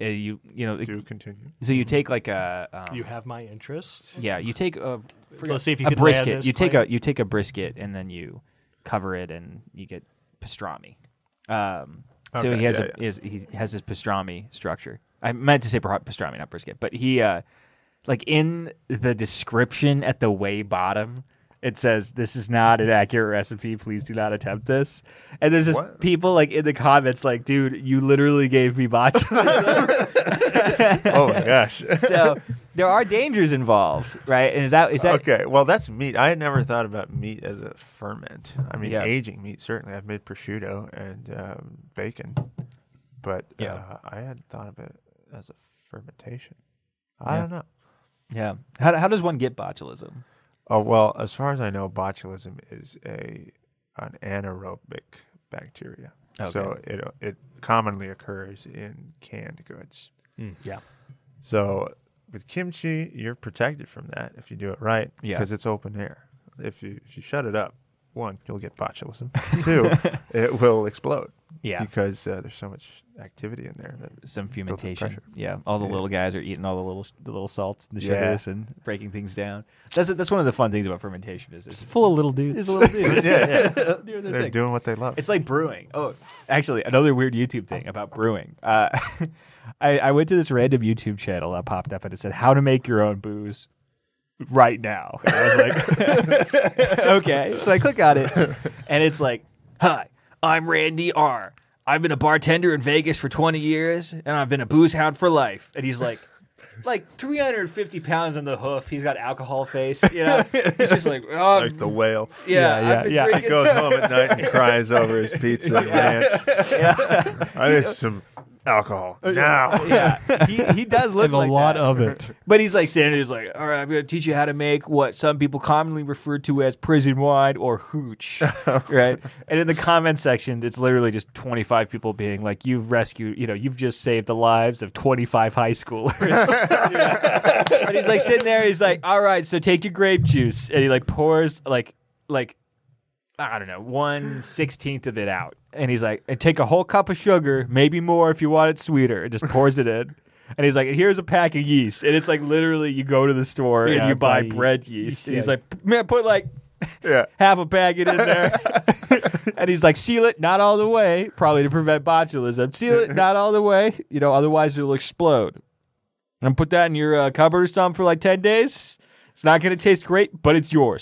[SPEAKER 1] uh, you you know
[SPEAKER 3] Do continue.
[SPEAKER 1] so you take like a um,
[SPEAKER 2] You have my interest.
[SPEAKER 1] yeah you take a
[SPEAKER 2] So let's see if you
[SPEAKER 1] a
[SPEAKER 2] can lay on
[SPEAKER 1] brisket.
[SPEAKER 2] this
[SPEAKER 1] You take
[SPEAKER 2] plate.
[SPEAKER 1] a you take a brisket and then you cover it and you get pastrami. Um, so
[SPEAKER 3] Okay,
[SPEAKER 1] he has
[SPEAKER 3] yeah,
[SPEAKER 1] a
[SPEAKER 3] yeah.
[SPEAKER 1] Is, he has his pastrami structure. I meant to say pra- pastrami, not brisket, but he uh, like in the description at the way bottom. It says this is not an accurate recipe. Please do not attempt this. And there's just
[SPEAKER 3] What?
[SPEAKER 1] people like in the comments, like, dude, you literally gave me botulism.
[SPEAKER 3] oh my gosh.
[SPEAKER 1] so there are dangers involved, right? And is that is that
[SPEAKER 3] okay. Well, that's meat. I had never thought about meat as a ferment. I mean,
[SPEAKER 1] Yeah.
[SPEAKER 3] aging meat certainly. I've made prosciutto and um, bacon, but
[SPEAKER 1] Yeah.
[SPEAKER 3] uh, I hadn't thought of it as a fermentation. I
[SPEAKER 1] Yeah.
[SPEAKER 3] don't know.
[SPEAKER 1] yeah? How, how does one get botulism?
[SPEAKER 3] Oh well, as far as I know, botulism is a an anaerobic bacteria. So it it commonly occurs in canned goods.
[SPEAKER 1] Mm, yeah.
[SPEAKER 3] So with kimchi, you're protected from that if you do it right,
[SPEAKER 1] Yeah.
[SPEAKER 3] because it's open air. If you if you shut it up, one, you'll get botulism. Two, it will explode.
[SPEAKER 1] Yeah.
[SPEAKER 3] because uh, there's so much activity in there. That,
[SPEAKER 1] some
[SPEAKER 3] up
[SPEAKER 1] fermentation.
[SPEAKER 3] pressure.
[SPEAKER 1] Yeah, all the
[SPEAKER 3] Yeah.
[SPEAKER 1] little guys are eating all the little the little salts, and the
[SPEAKER 3] Yeah.
[SPEAKER 1] sugars, and breaking things down. That's that's one of the fun things about fermentation is it's,
[SPEAKER 2] It's full of little dudes.
[SPEAKER 1] it's a little dudes.
[SPEAKER 3] yeah, yeah.
[SPEAKER 1] They're their
[SPEAKER 3] they're
[SPEAKER 1] thing.
[SPEAKER 3] doing what they love.
[SPEAKER 1] It's like brewing. Oh, actually, another weird YouTube thing about brewing. Uh, I, I went to this random YouTube channel that popped up and it said how to make your own booze right now. And I was like, okay. So I click on it and it's like, hi, I'm Randy R. I've been a bartender in Vegas for 20 years and I've been a booze hound for life. And he's like, like 350 pounds on the hoof. He's got alcohol face. You know, he's just like, oh,
[SPEAKER 3] like the whale.
[SPEAKER 1] yeah,
[SPEAKER 2] Yeah,
[SPEAKER 1] I've been
[SPEAKER 2] yeah, yeah.
[SPEAKER 1] drinking
[SPEAKER 3] He goes home at night and cries over his pizza and ranch. I need some alcohol now.
[SPEAKER 1] yeah, he, he does look
[SPEAKER 2] and a
[SPEAKER 1] like
[SPEAKER 2] lot
[SPEAKER 1] that.
[SPEAKER 2] of it.
[SPEAKER 1] But he's like standing there, he's like, all right, I'm going to teach you how to make what some people commonly refer to as prison wine or hooch, right? And in the comment section, it's literally just 25 people being like, you've rescued, you know, you've just saved the lives of 25 high schoolers. and he's like sitting there, he's like, all right, so take your grape juice. And he like pours like, like, I don't know, one sixteenth of it out. And he's like, and take a whole cup of sugar, maybe more if you want it sweeter, and just pours it in. And he's like, here's a pack of yeast. And it's like literally you go to the store and
[SPEAKER 2] Yeah,
[SPEAKER 1] you buy
[SPEAKER 2] buy
[SPEAKER 1] bread yeast.
[SPEAKER 2] yeast,
[SPEAKER 1] And he's
[SPEAKER 2] yeah.
[SPEAKER 1] like, man, put like
[SPEAKER 3] Yeah.
[SPEAKER 1] half a packet in there. and he's like, seal it, not all the way, probably to prevent botulism. Seal it, not all the way, you know, otherwise it'll explode. And put that in your uh, cupboard or something for like 10 days. It's not going to taste great, but it's yours.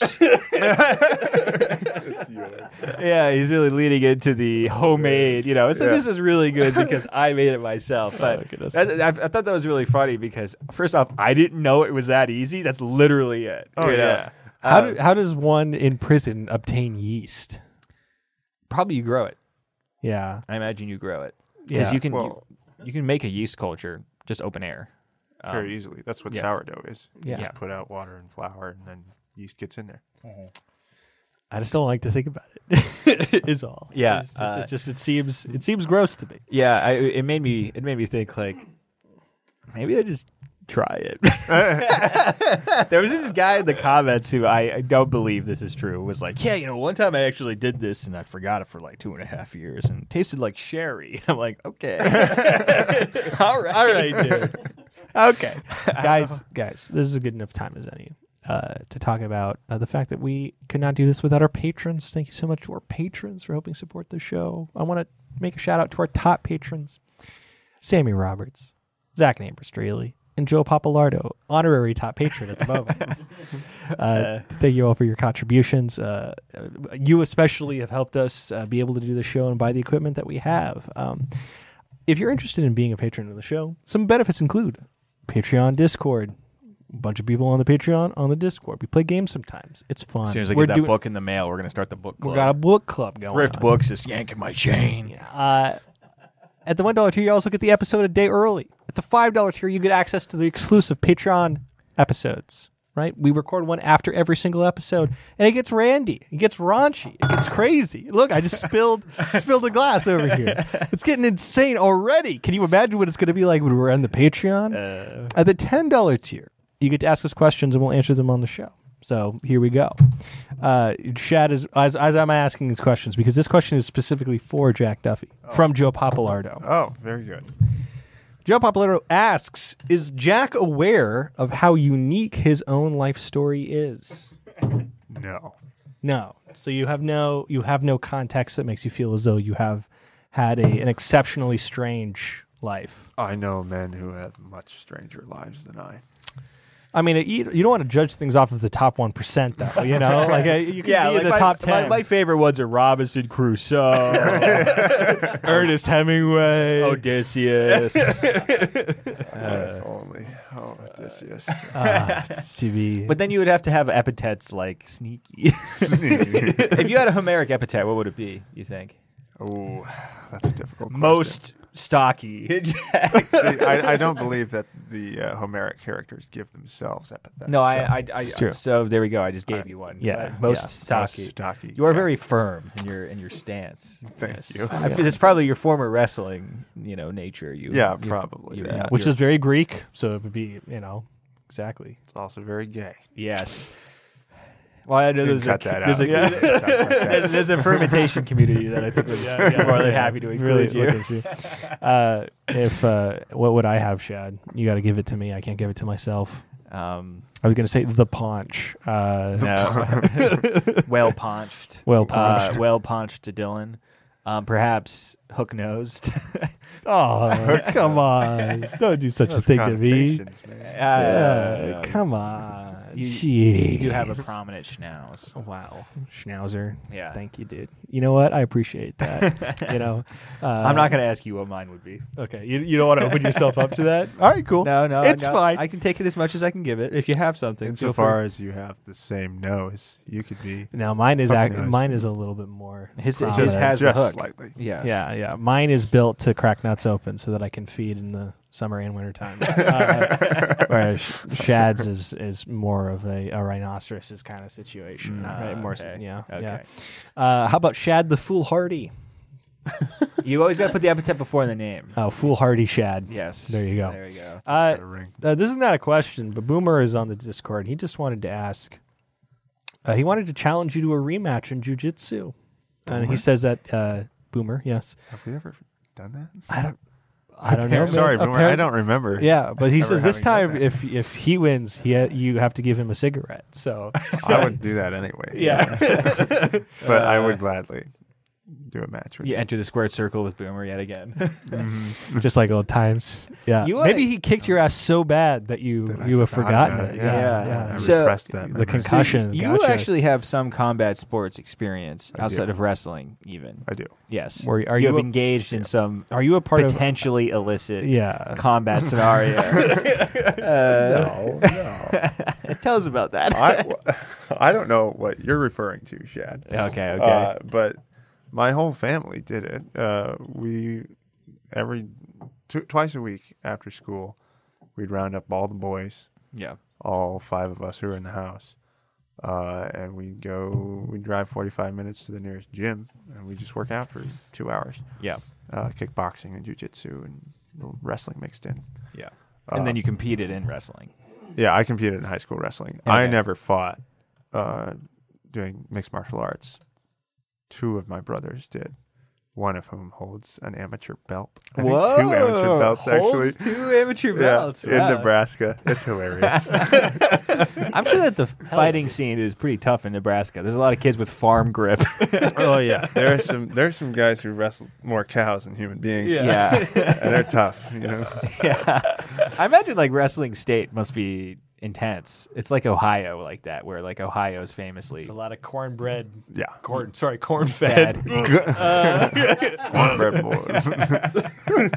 [SPEAKER 1] Yeah, he's really leading into the homemade. You know, it's like
[SPEAKER 3] Yeah.
[SPEAKER 1] this is really good because I made it myself. But
[SPEAKER 2] goodness.
[SPEAKER 1] that- I, I thought that was really funny because first off, I didn't know it was that easy. That's literally it. Uh,
[SPEAKER 3] Oh
[SPEAKER 1] you know?
[SPEAKER 3] yeah.
[SPEAKER 2] How, do, how does one in prison obtain yeast?
[SPEAKER 1] probably you grow it.
[SPEAKER 2] Yeah.
[SPEAKER 1] I imagine you grow it because
[SPEAKER 2] Yeah.
[SPEAKER 1] you can
[SPEAKER 3] Well,
[SPEAKER 1] you, you can make a yeast culture just open air.
[SPEAKER 3] very easily. That's what
[SPEAKER 1] Um, yeah.
[SPEAKER 3] sourdough is. You
[SPEAKER 2] Yeah.
[SPEAKER 3] just put out water and flour, and then yeast gets in there.
[SPEAKER 2] I just don't like to think about it. is all.
[SPEAKER 1] Yeah,
[SPEAKER 2] It's just,
[SPEAKER 1] uh,
[SPEAKER 2] it just it seems it seems gross to me.
[SPEAKER 1] Yeah, I, it made me it made me think like maybe I just
[SPEAKER 2] Try it.
[SPEAKER 1] there was this guy in the comments who I, I don't believe this is true was like, yeah, you know, one time I actually did this and I forgot it for like two and a half years and it tasted like sherry. I'm like, okay, all right, all right, dude.
[SPEAKER 2] okay, guys, guys, this is a good enough time as any uh, to talk about uh, the fact that we could not do this without our patrons. Thank you so much to our patrons for helping support the show. I want to make a shout out to our top patrons: Sammy Roberts, Zach and Amber Straley, and Joe Papalardo, honorary top patron at the moment. uh, thank you all for your contributions. Uh, uh, you especially have helped us uh, be able to do the show and buy the equipment that we have. Um, if you're interested in being a patron of the show, some benefits include Patreon, Discord, a bunch of people on the Patreon, on the Discord. We play games sometimes. It's fun.
[SPEAKER 6] As soon as I
[SPEAKER 2] We're
[SPEAKER 6] get that
[SPEAKER 2] doing-
[SPEAKER 6] book in the mail, we're going to start the book club.
[SPEAKER 2] we got a book club going.
[SPEAKER 6] Thrift
[SPEAKER 2] on.
[SPEAKER 6] Books is yanking my chain.
[SPEAKER 2] Uh, at the one dollar tier, you also get the episode a day early. At the five dollar tier, you get access to the exclusive Patreon episodes. Right, we record one after every single episode, and it gets randy, it gets raunchy, it gets crazy. Look, I just spilled spilled a glass over here. It's getting insane already. Can you imagine what it's going to be like when we're on the Patreon? At the ten dollar tier, you get to ask us questions, and we'll answer them on the show. So here we go. Uh, Shad is as, as I'm asking these questions because this question is specifically for Jack Duffy
[SPEAKER 6] Oh.
[SPEAKER 2] from Joe Papalardo.
[SPEAKER 3] Oh, very good.
[SPEAKER 2] Joe Papalardo asks, "Is Jack aware of how unique his own life story is?"
[SPEAKER 3] No.
[SPEAKER 2] No. So you have no you have no context that makes you feel as though you have had a, an exceptionally strange life.
[SPEAKER 3] I know men who have much stranger lives than I.
[SPEAKER 2] I mean, you, you don't want to judge things off of the top one percent, though. You know, like uh, you can be in the
[SPEAKER 6] my,
[SPEAKER 2] top ten.
[SPEAKER 6] My, my favorite ones are Robinson Crusoe,
[SPEAKER 2] Ernest Hemingway.
[SPEAKER 6] Oh, Odysseus.
[SPEAKER 1] Uh,
[SPEAKER 3] If only. Oh, Odysseus.
[SPEAKER 2] to be.
[SPEAKER 1] But then you would have to have epithets like sneaky. if you had a Homeric epithet, what would it be? You think?
[SPEAKER 3] oh, that's a difficult question.
[SPEAKER 6] Most stocky.
[SPEAKER 3] See, I, I don't believe that the uh, Homeric characters give themselves epithets.
[SPEAKER 1] No, I, uh, I, I,
[SPEAKER 2] true.
[SPEAKER 1] so there we go. I just gave you one.
[SPEAKER 2] yeah,
[SPEAKER 1] Uh, most
[SPEAKER 2] yeah.
[SPEAKER 1] stocky.
[SPEAKER 3] Stocky.
[SPEAKER 1] You are very firm in your in your stance.
[SPEAKER 3] Thank you.
[SPEAKER 1] I feel it's probably your former wrestling, you know, nature. You,
[SPEAKER 3] Yeah,
[SPEAKER 1] you-
[SPEAKER 3] probably.
[SPEAKER 1] you-
[SPEAKER 3] yeah.
[SPEAKER 1] yeah.
[SPEAKER 2] which is very Greek, so it would be you know exactly.
[SPEAKER 3] It's also very gay.
[SPEAKER 1] Yes. Well, I know there's a,
[SPEAKER 3] cut that
[SPEAKER 1] there's,
[SPEAKER 3] out.
[SPEAKER 1] a, there's, there's a fermentation community that I think would be more than happy to
[SPEAKER 2] Really
[SPEAKER 1] include you.
[SPEAKER 2] looking to uh, if uh, what would I have, Shad? You got to give it to me. I can't give it to myself.
[SPEAKER 1] Um,
[SPEAKER 2] I was gonna say the paunch. Uh,
[SPEAKER 1] no. well paunched.
[SPEAKER 2] Well paunched.
[SPEAKER 1] Uh, well paunched to Dylan. Um, perhaps Uh, hook nosed.
[SPEAKER 2] Oh, come on! Don't do such a
[SPEAKER 3] Those
[SPEAKER 2] thing to me.
[SPEAKER 3] connotations, man.
[SPEAKER 2] Uh, come on.
[SPEAKER 1] You-
[SPEAKER 2] Jeez.
[SPEAKER 1] You do have a prominent schnauz.
[SPEAKER 2] Wow, Schnauzer.
[SPEAKER 1] Yeah.
[SPEAKER 2] thank you, dude. You know what? I appreciate that. you know, uh,
[SPEAKER 1] I'm not going to ask you what mine would be.
[SPEAKER 2] okay. You, you don't want to open yourself up to that. All right, cool.
[SPEAKER 1] No, no,
[SPEAKER 2] it's
[SPEAKER 1] no.
[SPEAKER 2] fine.
[SPEAKER 1] I can take it as much as I can give it. If you have something, feel free.
[SPEAKER 3] Insofar as you have the same nose, you could be
[SPEAKER 2] Now mine is
[SPEAKER 3] Fucking
[SPEAKER 2] ac-
[SPEAKER 3] nice.
[SPEAKER 2] mine is a little bit more.
[SPEAKER 1] His- his
[SPEAKER 2] prominent.
[SPEAKER 1] has- the
[SPEAKER 3] just
[SPEAKER 1] hook.
[SPEAKER 3] slightly.
[SPEAKER 1] Yes.
[SPEAKER 2] yeah, yeah. Mine is built to crack nuts open so that I can feed in the summer and winter time. uh, whereas Sh- Shad's is is more of a, a rhinoceros kind of situation.
[SPEAKER 1] Mm,
[SPEAKER 2] right? More, s-
[SPEAKER 1] uh, okay.
[SPEAKER 2] yeah,
[SPEAKER 1] Okay.
[SPEAKER 2] yeah. Uh, how about Shad the foolhardy?
[SPEAKER 1] You always got to put the epithet before the name.
[SPEAKER 2] Oh, foolhardy Shad.
[SPEAKER 1] Yes.
[SPEAKER 2] There you go.
[SPEAKER 1] There you go.
[SPEAKER 2] Uh,
[SPEAKER 3] The ring.
[SPEAKER 2] Uh, this is not a question, but Boomer is on the Discord. He just wanted to ask. Uh, he wanted to challenge you to a rematch in jujitsu, and he says that uh, Boomer. Yes,
[SPEAKER 3] Have we ever done that?
[SPEAKER 2] I don't. I don't know. man.
[SPEAKER 3] Sorry, Boomer. I
[SPEAKER 2] Apparent-
[SPEAKER 3] don't remember.
[SPEAKER 2] Yeah, but he
[SPEAKER 3] ever
[SPEAKER 2] says this
[SPEAKER 3] having done
[SPEAKER 2] time, if
[SPEAKER 3] that.
[SPEAKER 2] if he wins, he ha- you have to give him a cigarette. So
[SPEAKER 3] I would do that anyway.
[SPEAKER 2] yeah, Uh,
[SPEAKER 3] but I would gladly do a match with
[SPEAKER 1] You enter the squared circle with Boomer yet again.
[SPEAKER 2] just like old times. Yeah,
[SPEAKER 1] You
[SPEAKER 2] maybe
[SPEAKER 1] oughta-
[SPEAKER 2] he kicked your ass so bad that you
[SPEAKER 3] That I
[SPEAKER 2] you have
[SPEAKER 3] forgot
[SPEAKER 2] forgotten
[SPEAKER 3] about
[SPEAKER 2] it.
[SPEAKER 3] it.
[SPEAKER 2] Yeah,
[SPEAKER 1] Yeah.
[SPEAKER 2] yeah.
[SPEAKER 3] I
[SPEAKER 1] So,
[SPEAKER 3] repressed that.
[SPEAKER 2] the
[SPEAKER 3] memory.
[SPEAKER 2] concussion.
[SPEAKER 1] you
[SPEAKER 2] gotcha.
[SPEAKER 1] actually have some combat sports experience
[SPEAKER 3] do.
[SPEAKER 1] outside of wrestling, even.
[SPEAKER 3] I do.
[SPEAKER 1] Yes.
[SPEAKER 2] Were- are
[SPEAKER 1] you,
[SPEAKER 2] you
[SPEAKER 1] have
[SPEAKER 2] a-
[SPEAKER 1] engaged in some
[SPEAKER 2] are you a part of?
[SPEAKER 1] potentially illicit
[SPEAKER 2] Yeah,
[SPEAKER 1] combat scenarios? no, no. Tell us about that.
[SPEAKER 3] I, I don't know what you're referring to, Shad.
[SPEAKER 1] okay, okay.
[SPEAKER 3] Uh, but my whole family did it. Uh, we every tw- twice a week after school, we'd round up all the boys,
[SPEAKER 1] yeah.
[SPEAKER 3] all five of us who were in the house, uh, and we'd go. We'd drive 45 minutes to the nearest gym, and we just work out for two hours.
[SPEAKER 1] Yeah.
[SPEAKER 3] Uh, kickboxing and jujitsu and little wrestling mixed in.
[SPEAKER 1] Yeah. And
[SPEAKER 2] uh,
[SPEAKER 1] then you competed in wrestling.
[SPEAKER 3] Yeah, I competed in high school wrestling. I
[SPEAKER 1] Okay.
[SPEAKER 3] never fought uh, doing mixed martial arts. Two of my brothers did, one of whom holds an amateur belt. I think two amateur belts actually.
[SPEAKER 1] Two amateur
[SPEAKER 3] Yeah, in Nebraska. It's hilarious.
[SPEAKER 1] I'm sure that the fighting scene is pretty tough in Nebraska. There's a lot of kids with farm grip.
[SPEAKER 3] oh yeah, there are some there are some guys who wrestle more cows than human beings.
[SPEAKER 1] yeah.
[SPEAKER 3] and they're tough. You know,
[SPEAKER 1] yeah. I imagine like wrestling state must be intense. It's like Ohio like that, where like Ohio is famously
[SPEAKER 2] a lot of cornbread.
[SPEAKER 3] yeah,
[SPEAKER 2] Corn, sorry, corn fed.
[SPEAKER 1] bad.
[SPEAKER 3] cornbread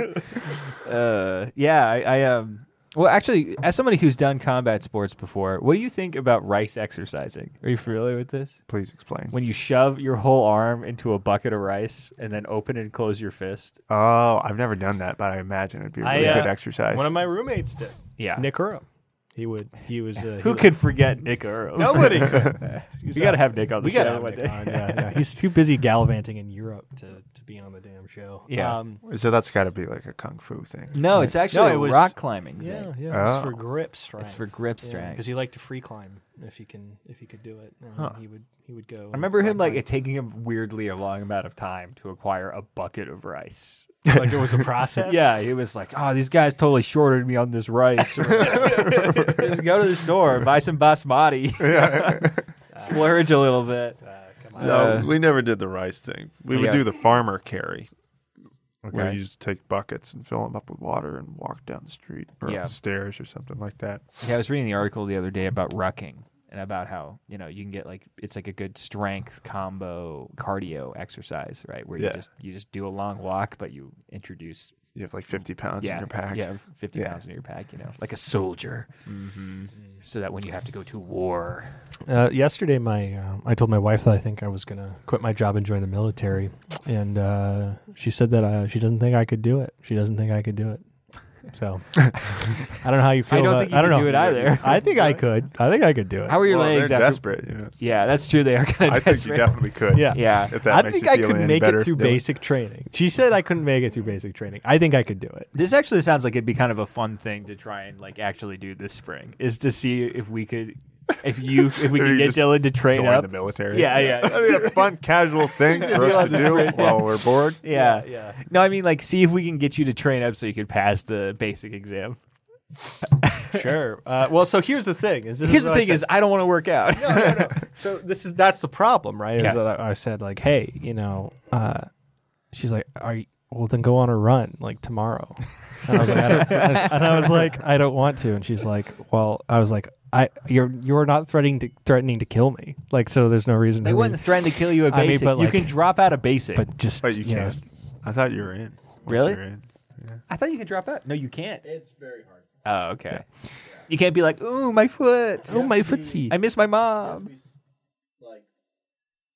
[SPEAKER 3] boy.
[SPEAKER 1] uh, yeah, I, I um Well, actually, as somebody who's done combat sports before, what do you think about rice exercising? Are you familiar with this?
[SPEAKER 3] Please explain.
[SPEAKER 1] When you shove your whole arm into a bucket of rice and then open and close your fist?
[SPEAKER 3] Oh, I've never done that, but I imagine it'd be a
[SPEAKER 2] I,
[SPEAKER 3] really
[SPEAKER 2] uh,
[SPEAKER 3] good exercise.
[SPEAKER 2] One of my roommates did.
[SPEAKER 1] Yeah.
[SPEAKER 2] Nick Hurro. He would. He was. Uh,
[SPEAKER 1] Who
[SPEAKER 2] he-
[SPEAKER 1] could forget Nick Earl?
[SPEAKER 2] Nobody could.
[SPEAKER 1] We got to have Nick on the
[SPEAKER 2] we
[SPEAKER 1] show
[SPEAKER 2] got to have
[SPEAKER 1] one
[SPEAKER 2] Nick
[SPEAKER 1] day.
[SPEAKER 2] on. Yeah, yeah. He's too busy gallivanting in Europe to, to be on the damn show.
[SPEAKER 1] Yeah.
[SPEAKER 2] Um,
[SPEAKER 3] so that's got to be like a kung fu thing.
[SPEAKER 1] No, it's actually
[SPEAKER 2] it
[SPEAKER 1] a
[SPEAKER 2] was-
[SPEAKER 4] rock climbing.
[SPEAKER 2] yeah,
[SPEAKER 4] Thing.
[SPEAKER 2] yeah. It's
[SPEAKER 3] Oh.
[SPEAKER 2] for grip strength.
[SPEAKER 4] for grip strength.
[SPEAKER 2] Because he liked to free climb if he can if he could do it. And
[SPEAKER 3] Huh.
[SPEAKER 2] He would he would go.
[SPEAKER 1] I remember him like it taking him weirdly a long amount of time to acquire a bucket of rice.
[SPEAKER 2] like it was a process.
[SPEAKER 1] Yeah, he was like, "Oh, these guys totally shorted me on this rice." Or, Just go to the store, buy some basmati, splurge a little bit.
[SPEAKER 2] Uh,
[SPEAKER 3] No, we never did the rice thing. We would
[SPEAKER 1] Yeah.
[SPEAKER 3] do the farmer carry, where
[SPEAKER 1] Okay.
[SPEAKER 3] you just take buckets and fill them up with water and walk down the street or
[SPEAKER 1] Yeah.
[SPEAKER 3] up the stairs or something like that.
[SPEAKER 1] Yeah, I was reading the article the other day about rucking and about how you know you can get like it's like a good strength combo cardio exercise, right? Where you
[SPEAKER 3] Yeah.
[SPEAKER 1] just you just do a long walk, but you introduce
[SPEAKER 3] You have like 50 pounds
[SPEAKER 1] yeah,
[SPEAKER 3] in your pack.
[SPEAKER 1] yeah, fifty
[SPEAKER 3] Yeah. Mm-hmm.
[SPEAKER 1] pounds in your pack, you know, like a soldier, so that when you have to go to war,
[SPEAKER 2] Uh, yesterday, my um, I told my wife that I think I was gonna quit my job and join the military, and uh, she said that uh, she doesn't think I could do it. She doesn't think I could do it. So I don't know how you feel.
[SPEAKER 1] I don't
[SPEAKER 2] about,
[SPEAKER 1] think you
[SPEAKER 2] I don't
[SPEAKER 1] could
[SPEAKER 2] know.
[SPEAKER 1] do it either.
[SPEAKER 2] I think I could. I think I could do it.
[SPEAKER 1] How are your
[SPEAKER 3] Well,
[SPEAKER 1] legs
[SPEAKER 3] they're
[SPEAKER 1] after?
[SPEAKER 3] desperate. You know.
[SPEAKER 1] Yeah, that's true. They are kind
[SPEAKER 3] I
[SPEAKER 1] of
[SPEAKER 3] think you
[SPEAKER 1] desperate.
[SPEAKER 3] definitely could.
[SPEAKER 2] Yeah.
[SPEAKER 1] yeah,
[SPEAKER 3] If that
[SPEAKER 2] I
[SPEAKER 3] makes
[SPEAKER 2] think
[SPEAKER 3] you
[SPEAKER 2] I
[SPEAKER 3] feel
[SPEAKER 2] could
[SPEAKER 3] any
[SPEAKER 2] make
[SPEAKER 3] better,
[SPEAKER 2] it through
[SPEAKER 3] do
[SPEAKER 2] basic training. She said I couldn't make it through basic training. I think I could do it.
[SPEAKER 1] This actually sounds like it'd be kind of a fun thing to try and like actually do this spring is to see if we could, if you, if we
[SPEAKER 3] If
[SPEAKER 1] could
[SPEAKER 3] you
[SPEAKER 1] get
[SPEAKER 3] just
[SPEAKER 1] Dylan to train
[SPEAKER 3] Join
[SPEAKER 1] up.
[SPEAKER 3] the military.
[SPEAKER 1] Yeah, yeah.
[SPEAKER 3] That'd be a fun, casual thing for us to do while we're bored.
[SPEAKER 1] yeah, No, I mean like see if we can get you to train up so you could pass the basic exam.
[SPEAKER 2] Sure. Uh, well, so here's the thing. Is this
[SPEAKER 1] Here's the
[SPEAKER 2] what I
[SPEAKER 1] thing:
[SPEAKER 2] said.
[SPEAKER 1] is I don't want to work out.
[SPEAKER 2] so this is that's the problem, right? Is
[SPEAKER 1] Yeah.
[SPEAKER 2] that I, I said like, hey, you know, uh, she's like, are you, well then go on a run like tomorrow, and I was like, I don't, and I was like, I don't want to, and she's like, well, I was like, I you're you're not threatening to threatening to kill me, like so there's no reason.
[SPEAKER 1] they
[SPEAKER 2] for me-
[SPEAKER 1] wouldn't threaten to kill you at
[SPEAKER 2] I mean,
[SPEAKER 1] basic.
[SPEAKER 2] but, like-
[SPEAKER 1] you can drop out of basic.
[SPEAKER 2] but just
[SPEAKER 3] But you
[SPEAKER 2] know,
[SPEAKER 3] can't. I thought you were in. Once
[SPEAKER 1] Really?
[SPEAKER 3] you're in.
[SPEAKER 1] I thought you could drop out. No, you can't.
[SPEAKER 7] It's very hard.
[SPEAKER 1] Oh, okay. You can't be like, ooh, my foot.
[SPEAKER 2] Oh my footsie!
[SPEAKER 1] I miss my
[SPEAKER 7] You have to
[SPEAKER 1] mom.
[SPEAKER 7] be, s- like,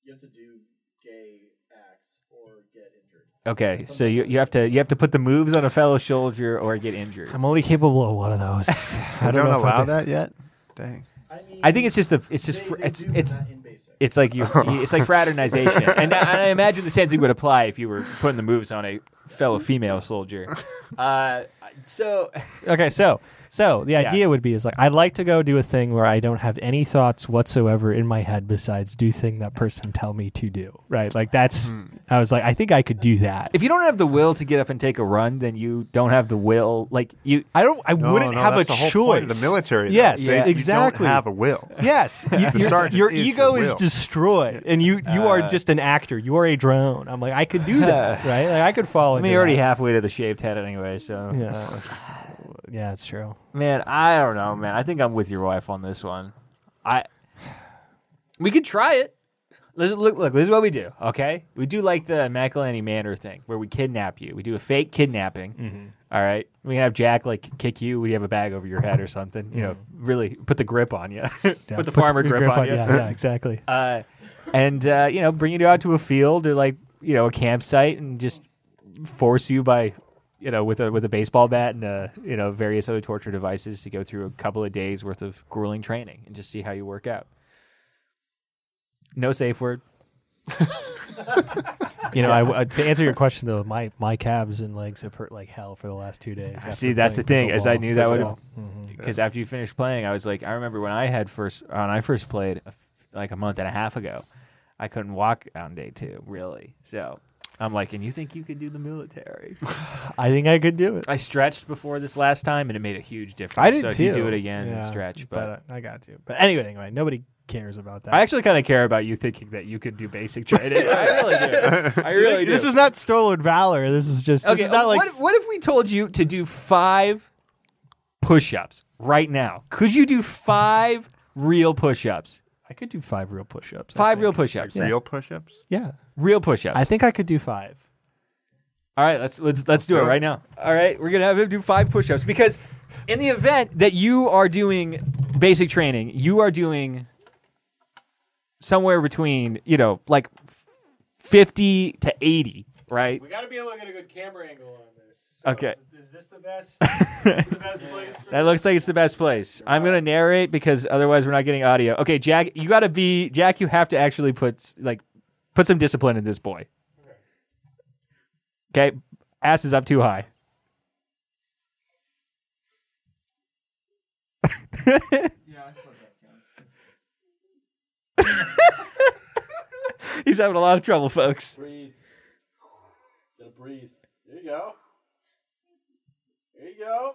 [SPEAKER 7] you have to do gay acts or get injured.
[SPEAKER 1] Okay, so you, you have to you have to put the moves on a fellow soldier or get injured.
[SPEAKER 2] I'm only capable of one of those. I
[SPEAKER 3] They
[SPEAKER 2] don't,
[SPEAKER 3] don't
[SPEAKER 2] know if I
[SPEAKER 3] allow
[SPEAKER 2] could-
[SPEAKER 3] that yet. Dang.
[SPEAKER 7] I mean,
[SPEAKER 1] I think it's just a it's just
[SPEAKER 7] they,
[SPEAKER 1] fr-
[SPEAKER 7] they
[SPEAKER 1] it's
[SPEAKER 7] do, but
[SPEAKER 1] it's
[SPEAKER 7] not in basic.
[SPEAKER 1] it's like you you- it's like fraternization, and, I- and I imagine the same thing would apply if you were putting the moves on a fellow female soldier. Uh, so
[SPEAKER 2] Okay, so so the idea would be is like I'd like to go do a thing where I don't have any thoughts whatsoever in my head besides do thing that person tell me to do. Right? Like that's
[SPEAKER 3] Hmm.
[SPEAKER 2] I was like I think I could do that.
[SPEAKER 1] if you don't have the will to get up and take a run, then you don't have the will. Like you,
[SPEAKER 2] I don't I
[SPEAKER 3] No,
[SPEAKER 2] wouldn't
[SPEAKER 3] no,
[SPEAKER 2] have a
[SPEAKER 3] that's the
[SPEAKER 2] choice.
[SPEAKER 3] whole point of the military. though.
[SPEAKER 2] Yes,
[SPEAKER 3] They-
[SPEAKER 2] exactly.
[SPEAKER 3] You don't have a will.
[SPEAKER 2] Yes, you- your,
[SPEAKER 3] sergeant
[SPEAKER 2] your
[SPEAKER 3] is your
[SPEAKER 2] ego is
[SPEAKER 3] will.
[SPEAKER 2] destroyed, and you you are just an actor. You are a drone. I'm like I could do that, right? Like I could fall.
[SPEAKER 1] I mean, you're already Oh, halfway to the shaved head anyway. So
[SPEAKER 2] Yeah, yeah, it's true.
[SPEAKER 1] man, I don't know, man. I think I'm with your wife on this one. I we could try it. Let's look. Look, this is what we do. Okay, we do like the McElhenney Manor thing, where we kidnap you. We do a fake kidnapping. All right, we can have Jack like kick you. We have a bag over your head or something. You know, really put the grip on you. Mm-hmm. put the farmer grip, on you.
[SPEAKER 2] Yeah, yeah, exactly.
[SPEAKER 1] Uh, and uh, you know, bring you out to a field or like you know a campsite and just force you by you know with a with a baseball bat and uh, you know various other torture devices to go through a couple of days worth of grueling training and just see how you work out. No safe word.
[SPEAKER 2] You know, I, uh, to answer your question though, my my calves and legs have hurt like hell for the last two days. after
[SPEAKER 1] See, that's the
[SPEAKER 2] playing
[SPEAKER 1] thing, is I
[SPEAKER 2] pickleball.
[SPEAKER 1] knew that would've-
[SPEAKER 2] So,
[SPEAKER 1] because after you finish playing, I was like, I remember when I had first when I first played a f- like a month and a half ago, I couldn't walk on day two really. So I'm like, and you think you could do the military?
[SPEAKER 2] I think I could do it.
[SPEAKER 1] I stretched before this last time, and it made a huge difference.
[SPEAKER 2] I did
[SPEAKER 1] so
[SPEAKER 2] too.
[SPEAKER 1] If you do it again,
[SPEAKER 2] Yeah,
[SPEAKER 1] and stretch. But,
[SPEAKER 2] uh, I got to. But anyway, anyway, nobody cares about that.
[SPEAKER 1] I actually kind of care about you thinking that you could do basic training. I really do. I really do.
[SPEAKER 2] this is not stolen valor. This is just. This
[SPEAKER 1] okay. uh,
[SPEAKER 2] is not like.
[SPEAKER 1] what, what if we told you to do five push-ups right now? Could you do five real push-ups?
[SPEAKER 2] I could do five real push-ups. I
[SPEAKER 1] Five
[SPEAKER 2] think.
[SPEAKER 1] real
[SPEAKER 3] Like
[SPEAKER 1] push-ups.
[SPEAKER 3] real push-ups.
[SPEAKER 2] Yeah,
[SPEAKER 1] Real push-ups.
[SPEAKER 2] I think I could do five.
[SPEAKER 1] All right, let's let's, let's do it
[SPEAKER 3] do it.
[SPEAKER 1] right now. All right, we're gonna have him do five push-ups because in the event that you are doing basic training, you are doing somewhere between, you know, like 50 to 80, right?
[SPEAKER 8] We got to be able to get a good camera angle on this.
[SPEAKER 1] Okay.
[SPEAKER 8] Is, is this the best? is this the best place? For
[SPEAKER 1] That looks like it's the best place. I'm going to narrate because otherwise we're not getting audio. Okay, Jack, you got to be Jack, you have to actually put like put some discipline in this boy. Okay, ass is up too high. He's having a lot of trouble, folks.
[SPEAKER 9] Breathe. Gotta breathe. There you go. There you go.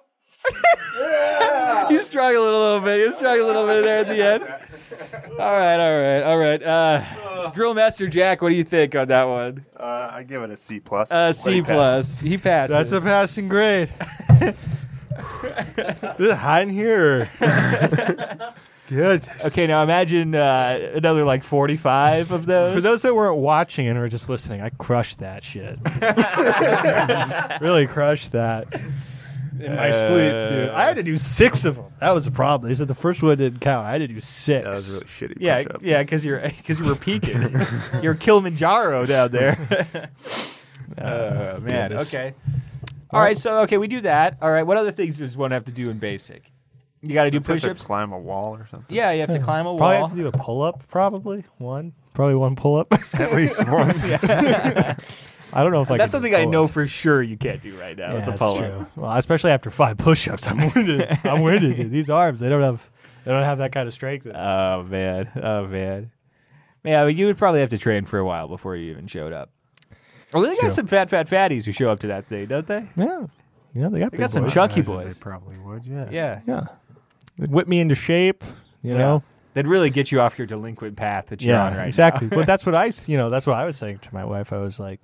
[SPEAKER 1] He's struggling a little bit. He's struggling a little bit there at the end. All right, all right, all right. Uh, Drill Master Jack, what do you think on that one?
[SPEAKER 10] Uh, I give it a C plus.
[SPEAKER 1] Uh, C
[SPEAKER 10] Like,
[SPEAKER 1] plus. He passed.
[SPEAKER 2] That's a passing grade. this is hot in here. Good.
[SPEAKER 1] okay. Now imagine uh, another like forty-five of those.
[SPEAKER 2] For those that weren't watching and were just listening, I crushed that shit. really crushed that in my sleep, dude. I had to do six of them. That was the problem. They said the first one didn't count. I had to do six.
[SPEAKER 3] That was really shitty.
[SPEAKER 1] yeah,
[SPEAKER 3] push-up.
[SPEAKER 1] yeah, because you're because you were peaking. you're Kilimanjaro down there. Uh,
[SPEAKER 2] oh,
[SPEAKER 11] Man, okay. All right, so okay, we do that. All right, what other things does one have to do in basic?
[SPEAKER 1] You got to do
[SPEAKER 3] Just have to
[SPEAKER 1] push-ups.
[SPEAKER 3] climb a wall or something.
[SPEAKER 1] Yeah, you have to climb a
[SPEAKER 2] Probably
[SPEAKER 1] wall.
[SPEAKER 2] have to do a pull up. Probably one. Probably one pull up.
[SPEAKER 3] At least one.
[SPEAKER 2] I don't know if
[SPEAKER 1] That's
[SPEAKER 2] I. could do
[SPEAKER 1] something I know
[SPEAKER 2] pull-ups.
[SPEAKER 1] for sure you can't do right now.
[SPEAKER 2] Yeah,
[SPEAKER 1] it's a
[SPEAKER 2] that's
[SPEAKER 1] pull-up.
[SPEAKER 2] true. Well, especially after five push-ups, I'm winded. I'm winded. Dude. These arms, they don't have, they don't have that kind of strength.
[SPEAKER 1] Oh man, oh man. Yeah, but you would probably have to train for a while before you even showed up. Well, they got
[SPEAKER 2] true.
[SPEAKER 1] some fat, fat fatties who show up to that thing, don't they?
[SPEAKER 2] yeah, yeah, they got.
[SPEAKER 1] They
[SPEAKER 2] big
[SPEAKER 1] got some
[SPEAKER 2] boys.
[SPEAKER 1] chunky
[SPEAKER 3] They
[SPEAKER 1] boys.
[SPEAKER 3] probably would. Yeah.
[SPEAKER 1] Yeah,
[SPEAKER 2] Yeah, they whip me into shape. You know.
[SPEAKER 1] they'd really get you off your delinquent path that you're on right now.
[SPEAKER 2] exactly. but that's what I, s- you know, that's what I was saying to my wife. I was like,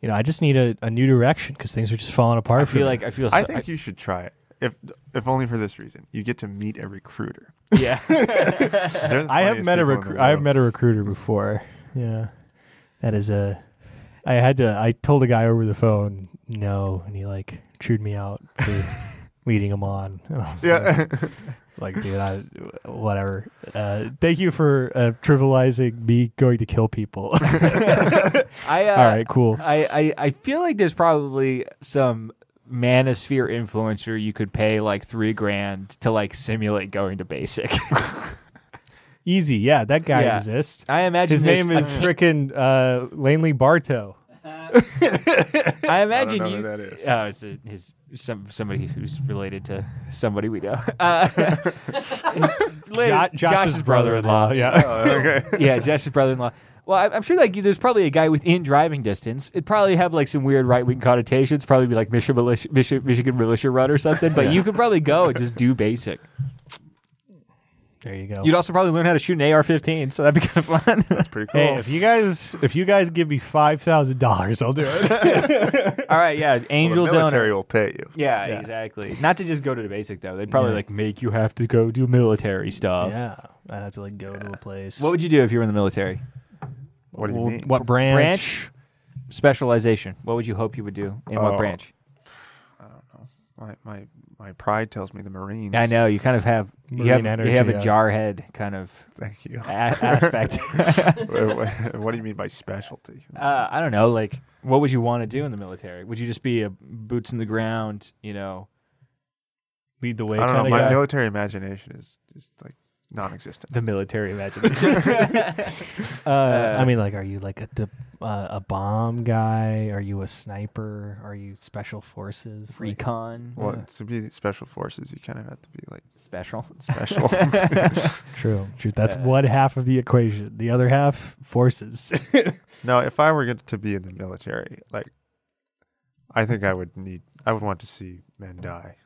[SPEAKER 2] you know, I just need a, a new direction because things are just falling apart.
[SPEAKER 1] I
[SPEAKER 2] for me.
[SPEAKER 1] feel like I feel. So,
[SPEAKER 3] I think you should try it. If if only for this reason, you get to meet a recruiter.
[SPEAKER 1] yeah.
[SPEAKER 2] I have met a recru- I have met a recruiter before. Yeah, that is a. I had to. I told a guy over the phone no, and he like chewed me out for leading him on. And I was like,
[SPEAKER 3] Yeah.
[SPEAKER 2] like, dude, I whatever. Uh, thank you for uh, trivializing me going to kill people.
[SPEAKER 1] I uh,
[SPEAKER 2] All right, cool.
[SPEAKER 1] I, I I feel like there's probably some manosphere influencer you could pay like three grand to like simulate going to basic.
[SPEAKER 2] Easy. Yeah, that guy
[SPEAKER 1] Yeah.
[SPEAKER 2] exists.
[SPEAKER 1] I imagine
[SPEAKER 2] His
[SPEAKER 1] there's-
[SPEAKER 2] name is
[SPEAKER 1] I-
[SPEAKER 2] freaking uh, Lanley Bartow.
[SPEAKER 1] I imagine
[SPEAKER 3] know who
[SPEAKER 1] you.
[SPEAKER 3] that is.
[SPEAKER 1] Oh, it's a, his some somebody who's related to somebody we know. Uh,
[SPEAKER 2] Jo-
[SPEAKER 1] later- Josh's brother-in-law.
[SPEAKER 2] Yeah. Oh,
[SPEAKER 1] yeah, Josh's brother-in-law. Well, I- I'm sure like you- there's probably a guy within driving distance. It'd probably have like some weird right-wing connotations. Probably be like Michigan militia, Michi- Michigan militia run or something. But you could probably go and just do basic.
[SPEAKER 2] There you go.
[SPEAKER 1] You'd also probably learn how to shoot an AR-15, so that'd be kind of fun.
[SPEAKER 3] That's pretty cool.
[SPEAKER 2] Hey, if you guys if you guys give me five thousand dollars, I'll do it.
[SPEAKER 1] All right, yeah, angel
[SPEAKER 3] well, the military
[SPEAKER 1] donor.
[SPEAKER 3] will pay you.
[SPEAKER 1] Yeah, exactly. Not to just go to the basic though. They'd probably
[SPEAKER 2] Yeah.
[SPEAKER 1] like make you have to go do military stuff.
[SPEAKER 2] yeah, I'd have to like go to a place.
[SPEAKER 1] What would you do if you were in the military?
[SPEAKER 3] What do you mean?
[SPEAKER 2] what branch?
[SPEAKER 1] Branch specialization. What would you hope you would do in what
[SPEAKER 3] Oh.
[SPEAKER 1] branch?
[SPEAKER 3] My, my my pride tells me the Marines.
[SPEAKER 1] I know you kind of have you
[SPEAKER 2] Marine
[SPEAKER 1] have
[SPEAKER 2] energy,
[SPEAKER 1] you have a
[SPEAKER 2] yeah.
[SPEAKER 1] jarhead kind of
[SPEAKER 3] Thank you.
[SPEAKER 1] a- aspect.
[SPEAKER 3] what what do you mean by specialty?
[SPEAKER 1] uh, I don't know, like what would you want to do in the military? Would you just be a boots in the ground, you know?
[SPEAKER 2] Lead the way.
[SPEAKER 3] I don't know.
[SPEAKER 2] kinda
[SPEAKER 3] My
[SPEAKER 2] guy?
[SPEAKER 3] military imagination is is like non-existent.
[SPEAKER 1] The military imagination.
[SPEAKER 2] Uh, I mean, like, are you like a dip- uh, a bomb guy? Are you a sniper? Are you special forces? Like,
[SPEAKER 1] Recon
[SPEAKER 3] Well, to be special forces, you kind of have to be like
[SPEAKER 1] special.
[SPEAKER 3] special.
[SPEAKER 2] true, true. That's one half of the equation. The other half, forces.
[SPEAKER 3] no, if I were to be in the military, like I think I would need. I would want to see men die.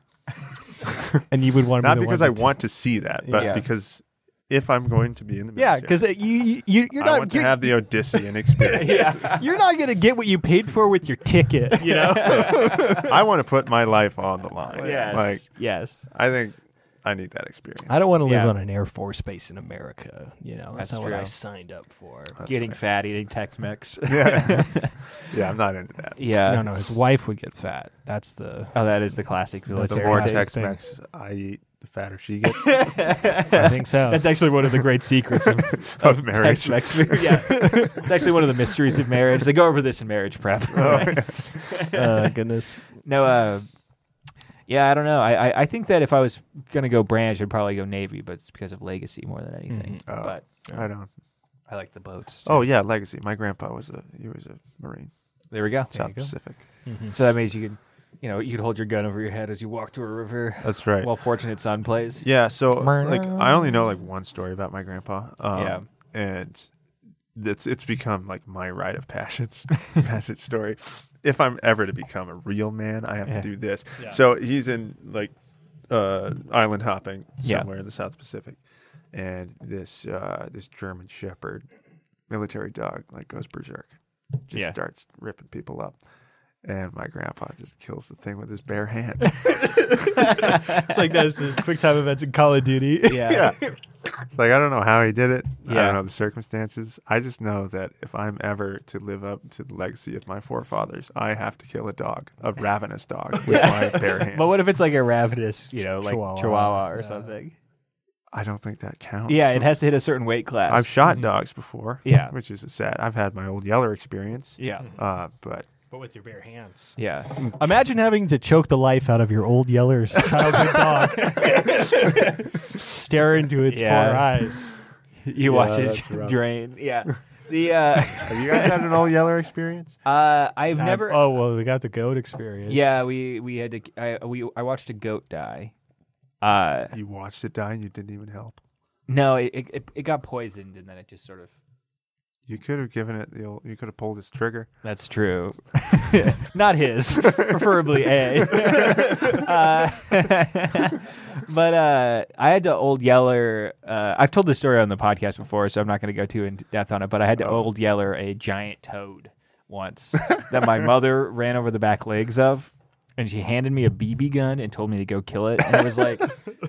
[SPEAKER 2] and you would want to
[SPEAKER 3] Not
[SPEAKER 2] be the
[SPEAKER 3] because
[SPEAKER 2] one
[SPEAKER 3] I
[SPEAKER 2] to-
[SPEAKER 3] want to see that, but
[SPEAKER 1] Yeah.
[SPEAKER 3] because if I'm going to be in the
[SPEAKER 2] Yeah,
[SPEAKER 3] military,
[SPEAKER 2] because you you you're
[SPEAKER 3] I
[SPEAKER 2] not
[SPEAKER 3] want to
[SPEAKER 2] you're,
[SPEAKER 3] have the Odyssean experience.
[SPEAKER 2] you're not gonna get what you paid for with your ticket. You know.
[SPEAKER 3] I want to put my life on the line.
[SPEAKER 1] Yes.
[SPEAKER 3] Like
[SPEAKER 1] yes.
[SPEAKER 3] I think I need that experience.
[SPEAKER 2] I don't want to live
[SPEAKER 1] Yeah.
[SPEAKER 2] on an Air Force base in America. You know, that's,
[SPEAKER 1] That's
[SPEAKER 2] not what I
[SPEAKER 1] true.
[SPEAKER 2] signed up for.
[SPEAKER 3] That's
[SPEAKER 1] Getting
[SPEAKER 3] right.
[SPEAKER 1] fat, eating Tex-Mex.
[SPEAKER 3] Yeah. yeah, I'm not into that.
[SPEAKER 1] yeah.
[SPEAKER 2] no, no, his wife would get fat. That's the.
[SPEAKER 1] Oh, that is the classic.
[SPEAKER 2] That's
[SPEAKER 3] The
[SPEAKER 2] Sarah
[SPEAKER 3] more
[SPEAKER 2] Jessica
[SPEAKER 3] Tex
[SPEAKER 2] thing.
[SPEAKER 3] Mex I eat, the fatter she gets
[SPEAKER 2] I think so.
[SPEAKER 1] That's actually one of the great secrets of
[SPEAKER 3] of marriage.
[SPEAKER 1] Tex-Mex food. Yeah, it's actually one of the mysteries of marriage. They go over this in marriage prep.
[SPEAKER 3] Oh.
[SPEAKER 2] uh, goodness.
[SPEAKER 1] No, uh, yeah, I don't know. I, I I think that if I was gonna go branch, I'd probably go Navy, but it's because of legacy more than anything.
[SPEAKER 3] Oh.
[SPEAKER 1] But
[SPEAKER 3] I don't.
[SPEAKER 1] I like the boats.
[SPEAKER 3] Oh yeah, legacy. My grandpa was a he was a Marine,
[SPEAKER 1] There we go.
[SPEAKER 3] South Pacific.
[SPEAKER 1] So that means you can, you know, you could hold your gun over your head as you walk through a river
[SPEAKER 3] That's right.
[SPEAKER 1] while Fortunate Son plays.
[SPEAKER 3] Yeah, so like I only know like one story about my grandpa. Um,
[SPEAKER 1] Yeah.
[SPEAKER 3] and it's it's become like my rite of passage passage story. If I'm ever to become a real man, I have
[SPEAKER 1] Yeah.
[SPEAKER 3] to do this. So he's in like uh, island hopping
[SPEAKER 1] Yeah.
[SPEAKER 3] somewhere in the South Pacific, and this uh, this German Shepherd military dog like goes berserk, just
[SPEAKER 1] Yeah.
[SPEAKER 3] starts ripping people up. And my grandpa just kills the thing with his bare hands.
[SPEAKER 2] It's like those, those quick time events in Call of Duty. Yeah.
[SPEAKER 3] Like I don't know how he did it. I
[SPEAKER 1] Yeah.
[SPEAKER 3] don't know the circumstances. I just know that if I'm ever to live up to the legacy of my forefathers, I have to kill a dog, a ravenous dog, with my bare hands.
[SPEAKER 1] But what if it's like a ravenous, you know, like
[SPEAKER 2] Chihuahua.
[SPEAKER 1] Chihuahua, or something?
[SPEAKER 3] I don't think that counts.
[SPEAKER 1] Yeah, it has to hit a certain weight class.
[SPEAKER 3] I've shot dogs before.
[SPEAKER 1] Yeah.
[SPEAKER 3] which is sad. I've had my old Yeller experience.
[SPEAKER 1] Yeah,
[SPEAKER 3] Uh, but
[SPEAKER 2] But with your bare hands.
[SPEAKER 1] yeah.
[SPEAKER 2] Imagine having to choke the life out of your old Yeller's childhood dog. Stare into its
[SPEAKER 1] Yeah.
[SPEAKER 2] poor eyes.
[SPEAKER 1] You watch it
[SPEAKER 3] that's rough.
[SPEAKER 1] drain. Yeah. The uh,
[SPEAKER 3] have you guys had an old Yeller experience?
[SPEAKER 1] uh I've never.
[SPEAKER 2] Oh, well, we got the goat experience.
[SPEAKER 1] yeah, we we had to. I we I watched a goat die. Uh,
[SPEAKER 3] You watched it die and you didn't even help.
[SPEAKER 1] no, it it- it, it got poisoned and then it just sort of.
[SPEAKER 3] You could have given it the old. You could have pulled its trigger.
[SPEAKER 1] That's true. Not his, preferably A. uh, but uh, I had to Old Yeller. Uh, I've told this story on the podcast before, so I'm not going to go too in depth on it. But I had to Old Yeller a giant toad once that my mother ran over the back legs of. And she handed me a BB gun and told me to go kill it. And it was like,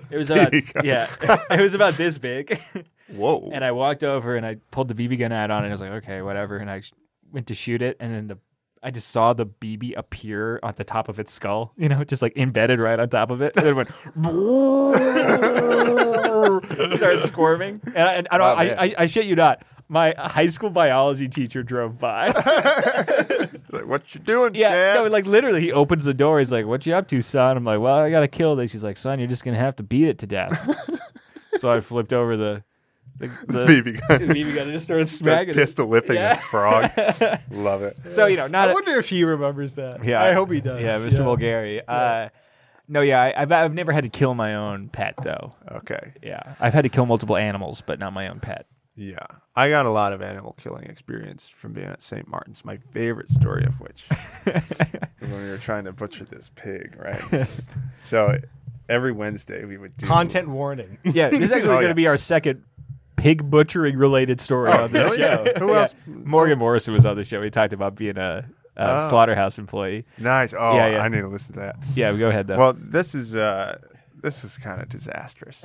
[SPEAKER 1] it was about yeah, it was about this big.
[SPEAKER 3] Whoa!
[SPEAKER 1] And I walked over and I pulled the BB gun out on it. I was like, okay, whatever. And I sh- went to shoot it, and then the I just saw the BB appear on the top of its skull, you know, just like embedded right on top of it. And it went, started squirming. And I, and I don't,
[SPEAKER 3] Wow,
[SPEAKER 1] I,
[SPEAKER 3] man.
[SPEAKER 1] I, I shit you not. My high school biology teacher drove by.
[SPEAKER 3] like, what you doing,
[SPEAKER 1] yeah,
[SPEAKER 3] Dad?
[SPEAKER 1] no, like literally, he opens the door. He's like, "What you up to, son?" I'm like, "Well, I gotta kill this." He's like, "Son, you're just gonna have to beat it to death." so I flipped over the the, the,
[SPEAKER 3] BB gun.
[SPEAKER 1] the BB gun and just started
[SPEAKER 3] Start
[SPEAKER 1] smacking it.
[SPEAKER 3] pistol whipping
[SPEAKER 1] Yeah.
[SPEAKER 3] a frog. Love it.
[SPEAKER 1] So you know, not
[SPEAKER 2] I
[SPEAKER 1] a-
[SPEAKER 2] wonder if he remembers that.
[SPEAKER 1] Yeah.
[SPEAKER 2] I hope he does.
[SPEAKER 1] yeah, Mr. Bulgari. Uh, no, yeah, I, I've I've never had to kill my own pet though.
[SPEAKER 3] Okay.
[SPEAKER 1] Yeah, I've had to kill multiple animals, but not my own pet.
[SPEAKER 3] Yeah. I got a lot of animal killing experience from being at St. Martin's, my favorite story of which is when we were trying to butcher this pig, right? so every Wednesday we would do
[SPEAKER 2] Content warning.
[SPEAKER 1] Yeah, this is actually
[SPEAKER 3] Oh,
[SPEAKER 1] going
[SPEAKER 3] yeah.
[SPEAKER 1] to be our second pig butchering related story on this show.
[SPEAKER 3] Oh, Who else?
[SPEAKER 1] Morgan Morrison was on the show. He talked about being a, a
[SPEAKER 3] Oh.
[SPEAKER 1] slaughterhouse employee.
[SPEAKER 3] Nice. Oh,
[SPEAKER 1] Yeah, yeah.
[SPEAKER 3] I need to listen to that.
[SPEAKER 1] Yeah, go ahead though.
[SPEAKER 3] Well, this is uh, this was kind of disastrous.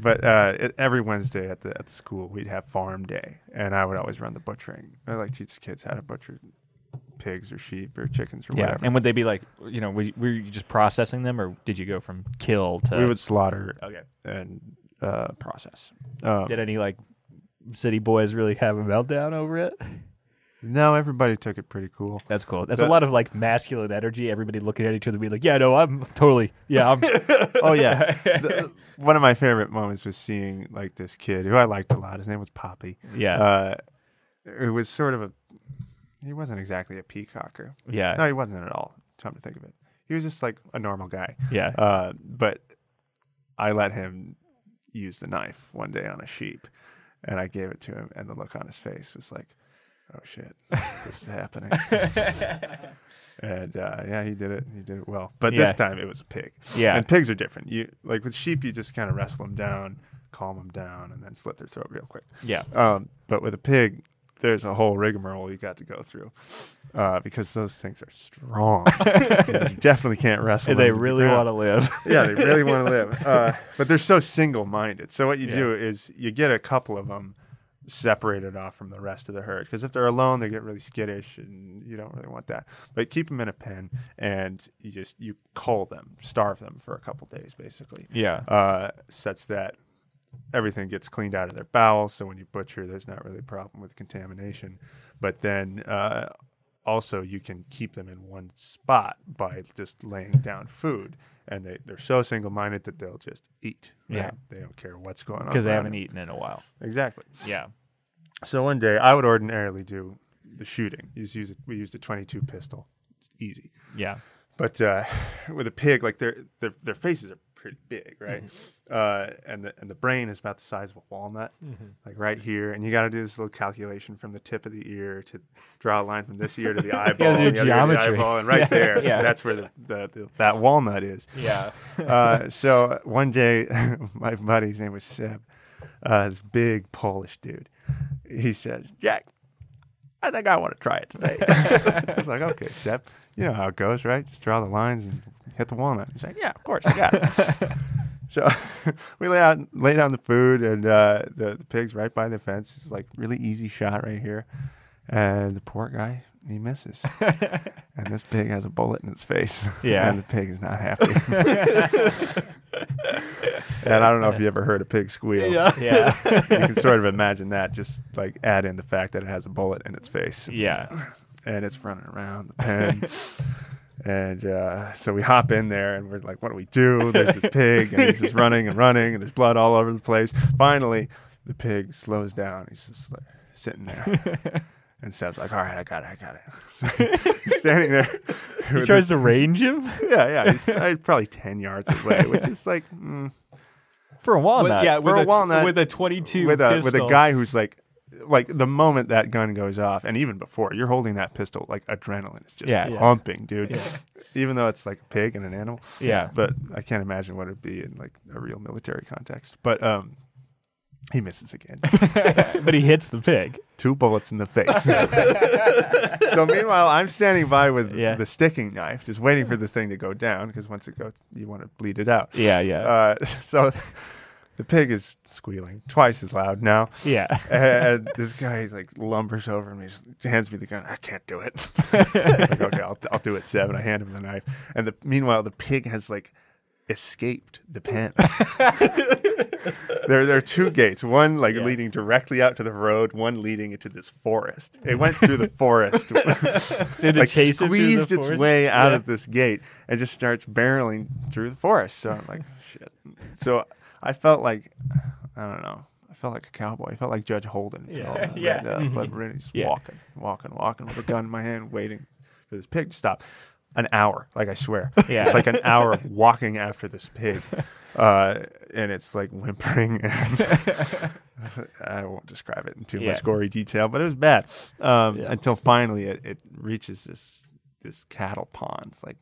[SPEAKER 3] but uh, it, every Wednesday at the at the school, we'd have farm day, and I would always run the butchering. I like teach the kids how to butcher pigs or sheep or chickens or
[SPEAKER 1] yeah,
[SPEAKER 3] whatever.
[SPEAKER 1] and would they be like, you know, were you, were you just processing them, or did you go from kill to?
[SPEAKER 3] we would slaughter
[SPEAKER 1] Okay.
[SPEAKER 3] and uh,
[SPEAKER 1] Process.
[SPEAKER 3] um,
[SPEAKER 1] Did any like city boys really have a meltdown over it?
[SPEAKER 3] no, everybody took it pretty cool.
[SPEAKER 1] That's cool. That's a lot of like masculine energy. Everybody looking at each other, being like, "Yeah, no, I'm totally, yeah, I'm,
[SPEAKER 3] Oh yeah, The- one of my favorite moments was seeing like this kid who I liked a lot. His name was Poppy.
[SPEAKER 1] yeah,
[SPEAKER 3] Uh, it was sort of a he wasn't exactly a peacocker.
[SPEAKER 1] yeah,
[SPEAKER 3] No, he wasn't at all. Time to think of it, he was just like a normal guy.
[SPEAKER 1] yeah."
[SPEAKER 3] Uh, but I let him use the knife one day on a sheep, and I gave it to him, and the look on his face was like, "Oh shit, this is happening." and uh, yeah, he did it. He did it well, but
[SPEAKER 1] Yeah.
[SPEAKER 3] this time it was a pig.
[SPEAKER 1] Yeah.
[SPEAKER 3] and pigs are different. You like with sheep, you just kind of wrestle them down, calm them down, and then slit their throat real quick.
[SPEAKER 1] Yeah.
[SPEAKER 3] Um, but with a pig, there's a whole rigmarole you got to go through uh, because those things are strong. you definitely can't wrestle.
[SPEAKER 1] They
[SPEAKER 3] them to the
[SPEAKER 1] really
[SPEAKER 3] ground
[SPEAKER 1] want to live.
[SPEAKER 3] yeah, they really want to live. Uh, but they're so single minded. So what you do is you get a couple of them separated off from the rest of the herd because if they're alone, they get really skittish, and you don't really want that. But keep them in a pen, and you just you cull them, starve them for a couple days, basically.
[SPEAKER 1] Yeah.
[SPEAKER 3] Uh, such that everything gets cleaned out of their bowels. So when you butcher, there's not really a problem with contamination. But then uh, also you can keep them in one spot by just laying down food. And they, they're so single minded that they'll just eat. right?
[SPEAKER 1] Yeah.
[SPEAKER 3] They don't care what's going on.
[SPEAKER 1] Because they
[SPEAKER 3] around
[SPEAKER 1] haven't
[SPEAKER 3] them.
[SPEAKER 1] eaten in a while.
[SPEAKER 3] Exactly.
[SPEAKER 1] Yeah.
[SPEAKER 3] So one day I would ordinarily do the shooting. You just use a, we used a 22 pistol. It's easy.
[SPEAKER 1] Yeah.
[SPEAKER 3] But uh, with a pig, like their their their faces are pretty big, right?
[SPEAKER 1] Mm-hmm.
[SPEAKER 3] Uh, and the and the brain is about the size of a walnut,
[SPEAKER 1] Mm-hmm.
[SPEAKER 3] like right here. And you got to do this little calculation from the tip of the ear to draw a line from this ear to the eyeball,
[SPEAKER 1] do
[SPEAKER 3] and the other ear to the
[SPEAKER 1] geometry.
[SPEAKER 3] eyeball, and right there,
[SPEAKER 1] Yeah.
[SPEAKER 3] that's where the, the, the that walnut is.
[SPEAKER 1] Yeah.
[SPEAKER 3] Uh, so one day, my buddy's name was Seb, uh, this big Polish dude. He says, Jack, I think I want to try it today. I was like, okay, Seb, you know how it goes, right? Just draw the lines and hit the walnut. He's like, yeah, of course, I got it. so we lay out, lay down the food, and uh, the, the pig's right by the fence. It's like really easy shot right here, and the poor guy he misses, and this pig has a bullet in its face.
[SPEAKER 1] Yeah.
[SPEAKER 3] and the pig is not happy. and I don't know if you ever heard a pig squeal.
[SPEAKER 1] Yeah.
[SPEAKER 3] You can sort of imagine that. Just like add in the fact that it has a bullet in its face
[SPEAKER 1] Yeah.
[SPEAKER 3] and it's running around the pen. and uh, so we hop in there and we're like, what do we do? There's this pig and he's just running and running and there's blood all over the place. Finally, the pig slows down. He's just like sitting there. And Seb's like, all right, I got it, I got it. So he's standing there.
[SPEAKER 1] He
[SPEAKER 3] with
[SPEAKER 1] tries
[SPEAKER 3] this-
[SPEAKER 1] to range him
[SPEAKER 3] yeah, yeah. He's probably- probably 10 yards away, which is like, mm,
[SPEAKER 1] for a
[SPEAKER 2] With,
[SPEAKER 1] walnut.
[SPEAKER 2] yeah,
[SPEAKER 3] For
[SPEAKER 2] with
[SPEAKER 3] a
[SPEAKER 2] a, tw-
[SPEAKER 3] walnut,
[SPEAKER 2] with a 22
[SPEAKER 3] with a with a
[SPEAKER 2] pistol.
[SPEAKER 3] guy who's like like the moment that gun goes off and even before you're holding that pistol like adrenaline is just
[SPEAKER 1] Yeah. Yeah.
[SPEAKER 3] pumping dude even though it's like a pig and an animal
[SPEAKER 1] Yeah.
[SPEAKER 3] but i can't imagine what it'd be in like a real military context but um he misses again
[SPEAKER 1] But he hits the pig.
[SPEAKER 3] two bullets in the face so meanwhile i'm standing by with
[SPEAKER 1] Yeah.
[SPEAKER 3] the sticking knife just waiting for the thing to go down because once it goes you want to bleed it out
[SPEAKER 1] Yeah. Yeah.
[SPEAKER 3] uh, so the pig is squealing twice as loud now
[SPEAKER 1] yeah.
[SPEAKER 3] and this guy he's like lumbers over and he hands me the gun. I can't do it. like, okay, I'll, I'll do it, Seb. And I hand him the knife. And the, meanwhile, the pig has like escaped the pen. there, there are two gates. One like leading directly out to the road. One leading into this forest. It went through the forest,
[SPEAKER 1] So to
[SPEAKER 3] like
[SPEAKER 1] chase it through the
[SPEAKER 3] squeezed its
[SPEAKER 1] forest?
[SPEAKER 3] way out
[SPEAKER 1] Yeah.
[SPEAKER 3] of this gate, and just starts barreling through the forest. So I'm like, shit. So I felt like I don't know. I felt like a cowboy. I felt like Judge Holden. Yeah,
[SPEAKER 1] Yeah.
[SPEAKER 3] Uh, blood red, just
[SPEAKER 1] Yeah.
[SPEAKER 3] walking, walking, walking with a gun in my hand, waiting for this pig to stop. An hour, like I swear.
[SPEAKER 1] Yeah.
[SPEAKER 3] It's like an hour of walking after this pig. Uh, and it's like whimpering. And I won't describe it in too
[SPEAKER 1] Yeah.
[SPEAKER 3] much gory detail, but it was bad. Um, Until finally it, it reaches this this cattle pond, It's like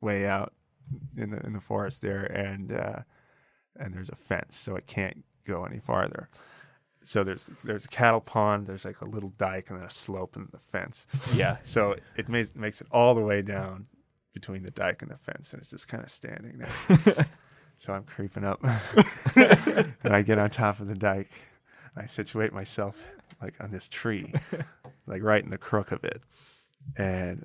[SPEAKER 3] way out in the in the forest there, and uh, and there's a fence, so it can't go any farther. So there's there's a cattle pond, there's like a little dike, and then a slope and the fence.
[SPEAKER 1] Yeah.
[SPEAKER 3] So it makes makes it all the way down between the dike and the fence, and it's just kind of standing there. so I'm creeping up, and I get on top of the dike. I situate myself like on this tree, like right in the crook of it, and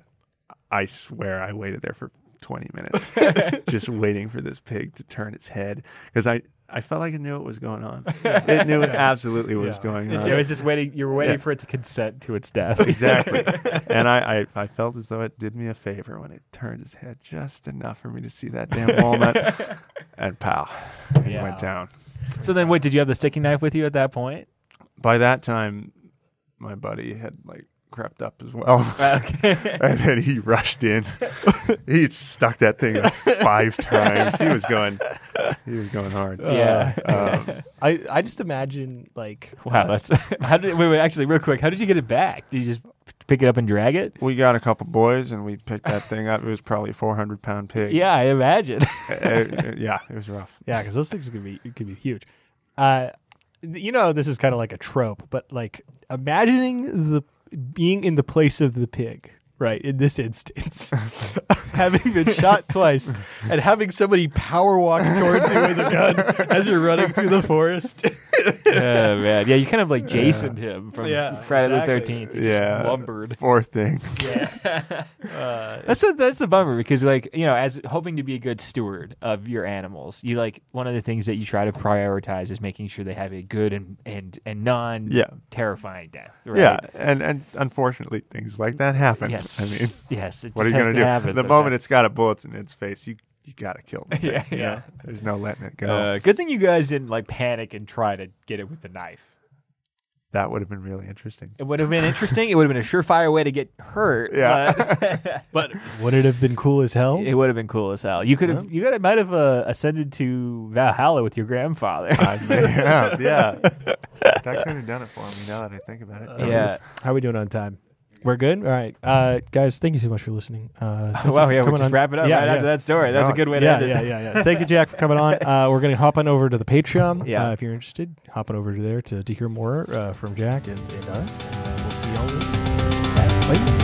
[SPEAKER 3] I swear I waited there for 20 minutes, just waiting for this pig to turn its head because I. I felt like it knew what was going on. It knew absolutely what was going on.
[SPEAKER 1] It was just waiting. You were waiting
[SPEAKER 3] Uh, Yeah.
[SPEAKER 1] for it to consent to its death.
[SPEAKER 3] Exactly. and I, I, I felt as though it did me a favor when it turned its head just enough for me to see that damn walnut. and pow, it
[SPEAKER 1] Yeah.
[SPEAKER 3] went down.
[SPEAKER 1] so then, wait, did you have the sticking knife with you at that point?
[SPEAKER 3] By that time, my buddy had like crept up as well. and then he rushed in. he had stuck that thing like five times. He was going, he was going hard.
[SPEAKER 1] Yeah.
[SPEAKER 3] Um,
[SPEAKER 2] I, I just imagine like
[SPEAKER 1] Wow, that's. How did, wait, wait, actually, real quick, how did you get it back? Did you just pick it up and drag it?
[SPEAKER 3] we got a couple boys and we picked that thing up. It was probably a 400 pound pig.
[SPEAKER 1] Yeah, I imagine.
[SPEAKER 3] Uh, uh, yeah, it was rough.
[SPEAKER 2] yeah, because those things could be could be huge. Uh, you know this is kind of like a trope, but like imagining the being in the place of the pig, right? In this instance, having been shot twice and having somebody power walk towards you with a gun as you're running through the forest.
[SPEAKER 1] oh man, yeah, you kind of like Jasoned him from
[SPEAKER 2] Yeah,
[SPEAKER 1] Friday
[SPEAKER 2] exactly.
[SPEAKER 1] the Thirteenth.
[SPEAKER 3] Yeah.
[SPEAKER 1] lumbered.
[SPEAKER 3] Poor thing.
[SPEAKER 1] That's a, that's the bummer because like you know, as hoping to be a good steward of your animals, you like one of the things that you try to prioritize is making sure they have a good and and and non
[SPEAKER 3] Yeah.
[SPEAKER 1] terrifying death. Right?
[SPEAKER 3] Yeah, and and unfortunately, things like that happen.
[SPEAKER 1] Yes.
[SPEAKER 3] I mean,
[SPEAKER 1] yes. It
[SPEAKER 3] what are
[SPEAKER 1] just
[SPEAKER 3] you
[SPEAKER 1] has
[SPEAKER 3] gonna
[SPEAKER 1] to
[SPEAKER 3] do?
[SPEAKER 1] happen
[SPEAKER 3] the
[SPEAKER 1] sometimes.
[SPEAKER 3] moment it's got a bullet in its face, you you gotta kill it.
[SPEAKER 1] yeah, yeah.
[SPEAKER 3] There's no letting it go.
[SPEAKER 1] Uh, good thing you guys didn't like panic and try to get it with the knife.
[SPEAKER 3] that would have been really interesting.
[SPEAKER 1] It would have been interesting. it would have been a surefire way to get hurt.
[SPEAKER 3] Yeah.
[SPEAKER 1] but-
[SPEAKER 2] Would it have been cool as hell?
[SPEAKER 1] It would have been cool as hell. You could have, you could have, might have uh, ascended to Valhalla with your grandfather.
[SPEAKER 3] yeah, yeah. That could have done it for me. Now that I think about it.
[SPEAKER 1] yeah.
[SPEAKER 2] How are we doing on time? We're good. All right, uh, guys. Thank you so much for listening. Uh, thank you
[SPEAKER 1] Wow.
[SPEAKER 2] for
[SPEAKER 1] Yeah. We'll
[SPEAKER 2] coming
[SPEAKER 1] just
[SPEAKER 2] on.
[SPEAKER 1] wrap it up
[SPEAKER 2] Yeah,
[SPEAKER 1] right
[SPEAKER 2] yeah.
[SPEAKER 1] after that story. That's a
[SPEAKER 3] No,
[SPEAKER 1] good way to
[SPEAKER 2] yeah,
[SPEAKER 1] end it.
[SPEAKER 2] yeah, yeah, yeah. Thank you, Jack, for coming on. Uh, we're gonna hop on over to the Patreon.
[SPEAKER 1] Yeah.
[SPEAKER 2] Uh, if you're interested, hop on over to there to, to hear more uh, from Jack and, and us. And we'll see y'all later. Bye.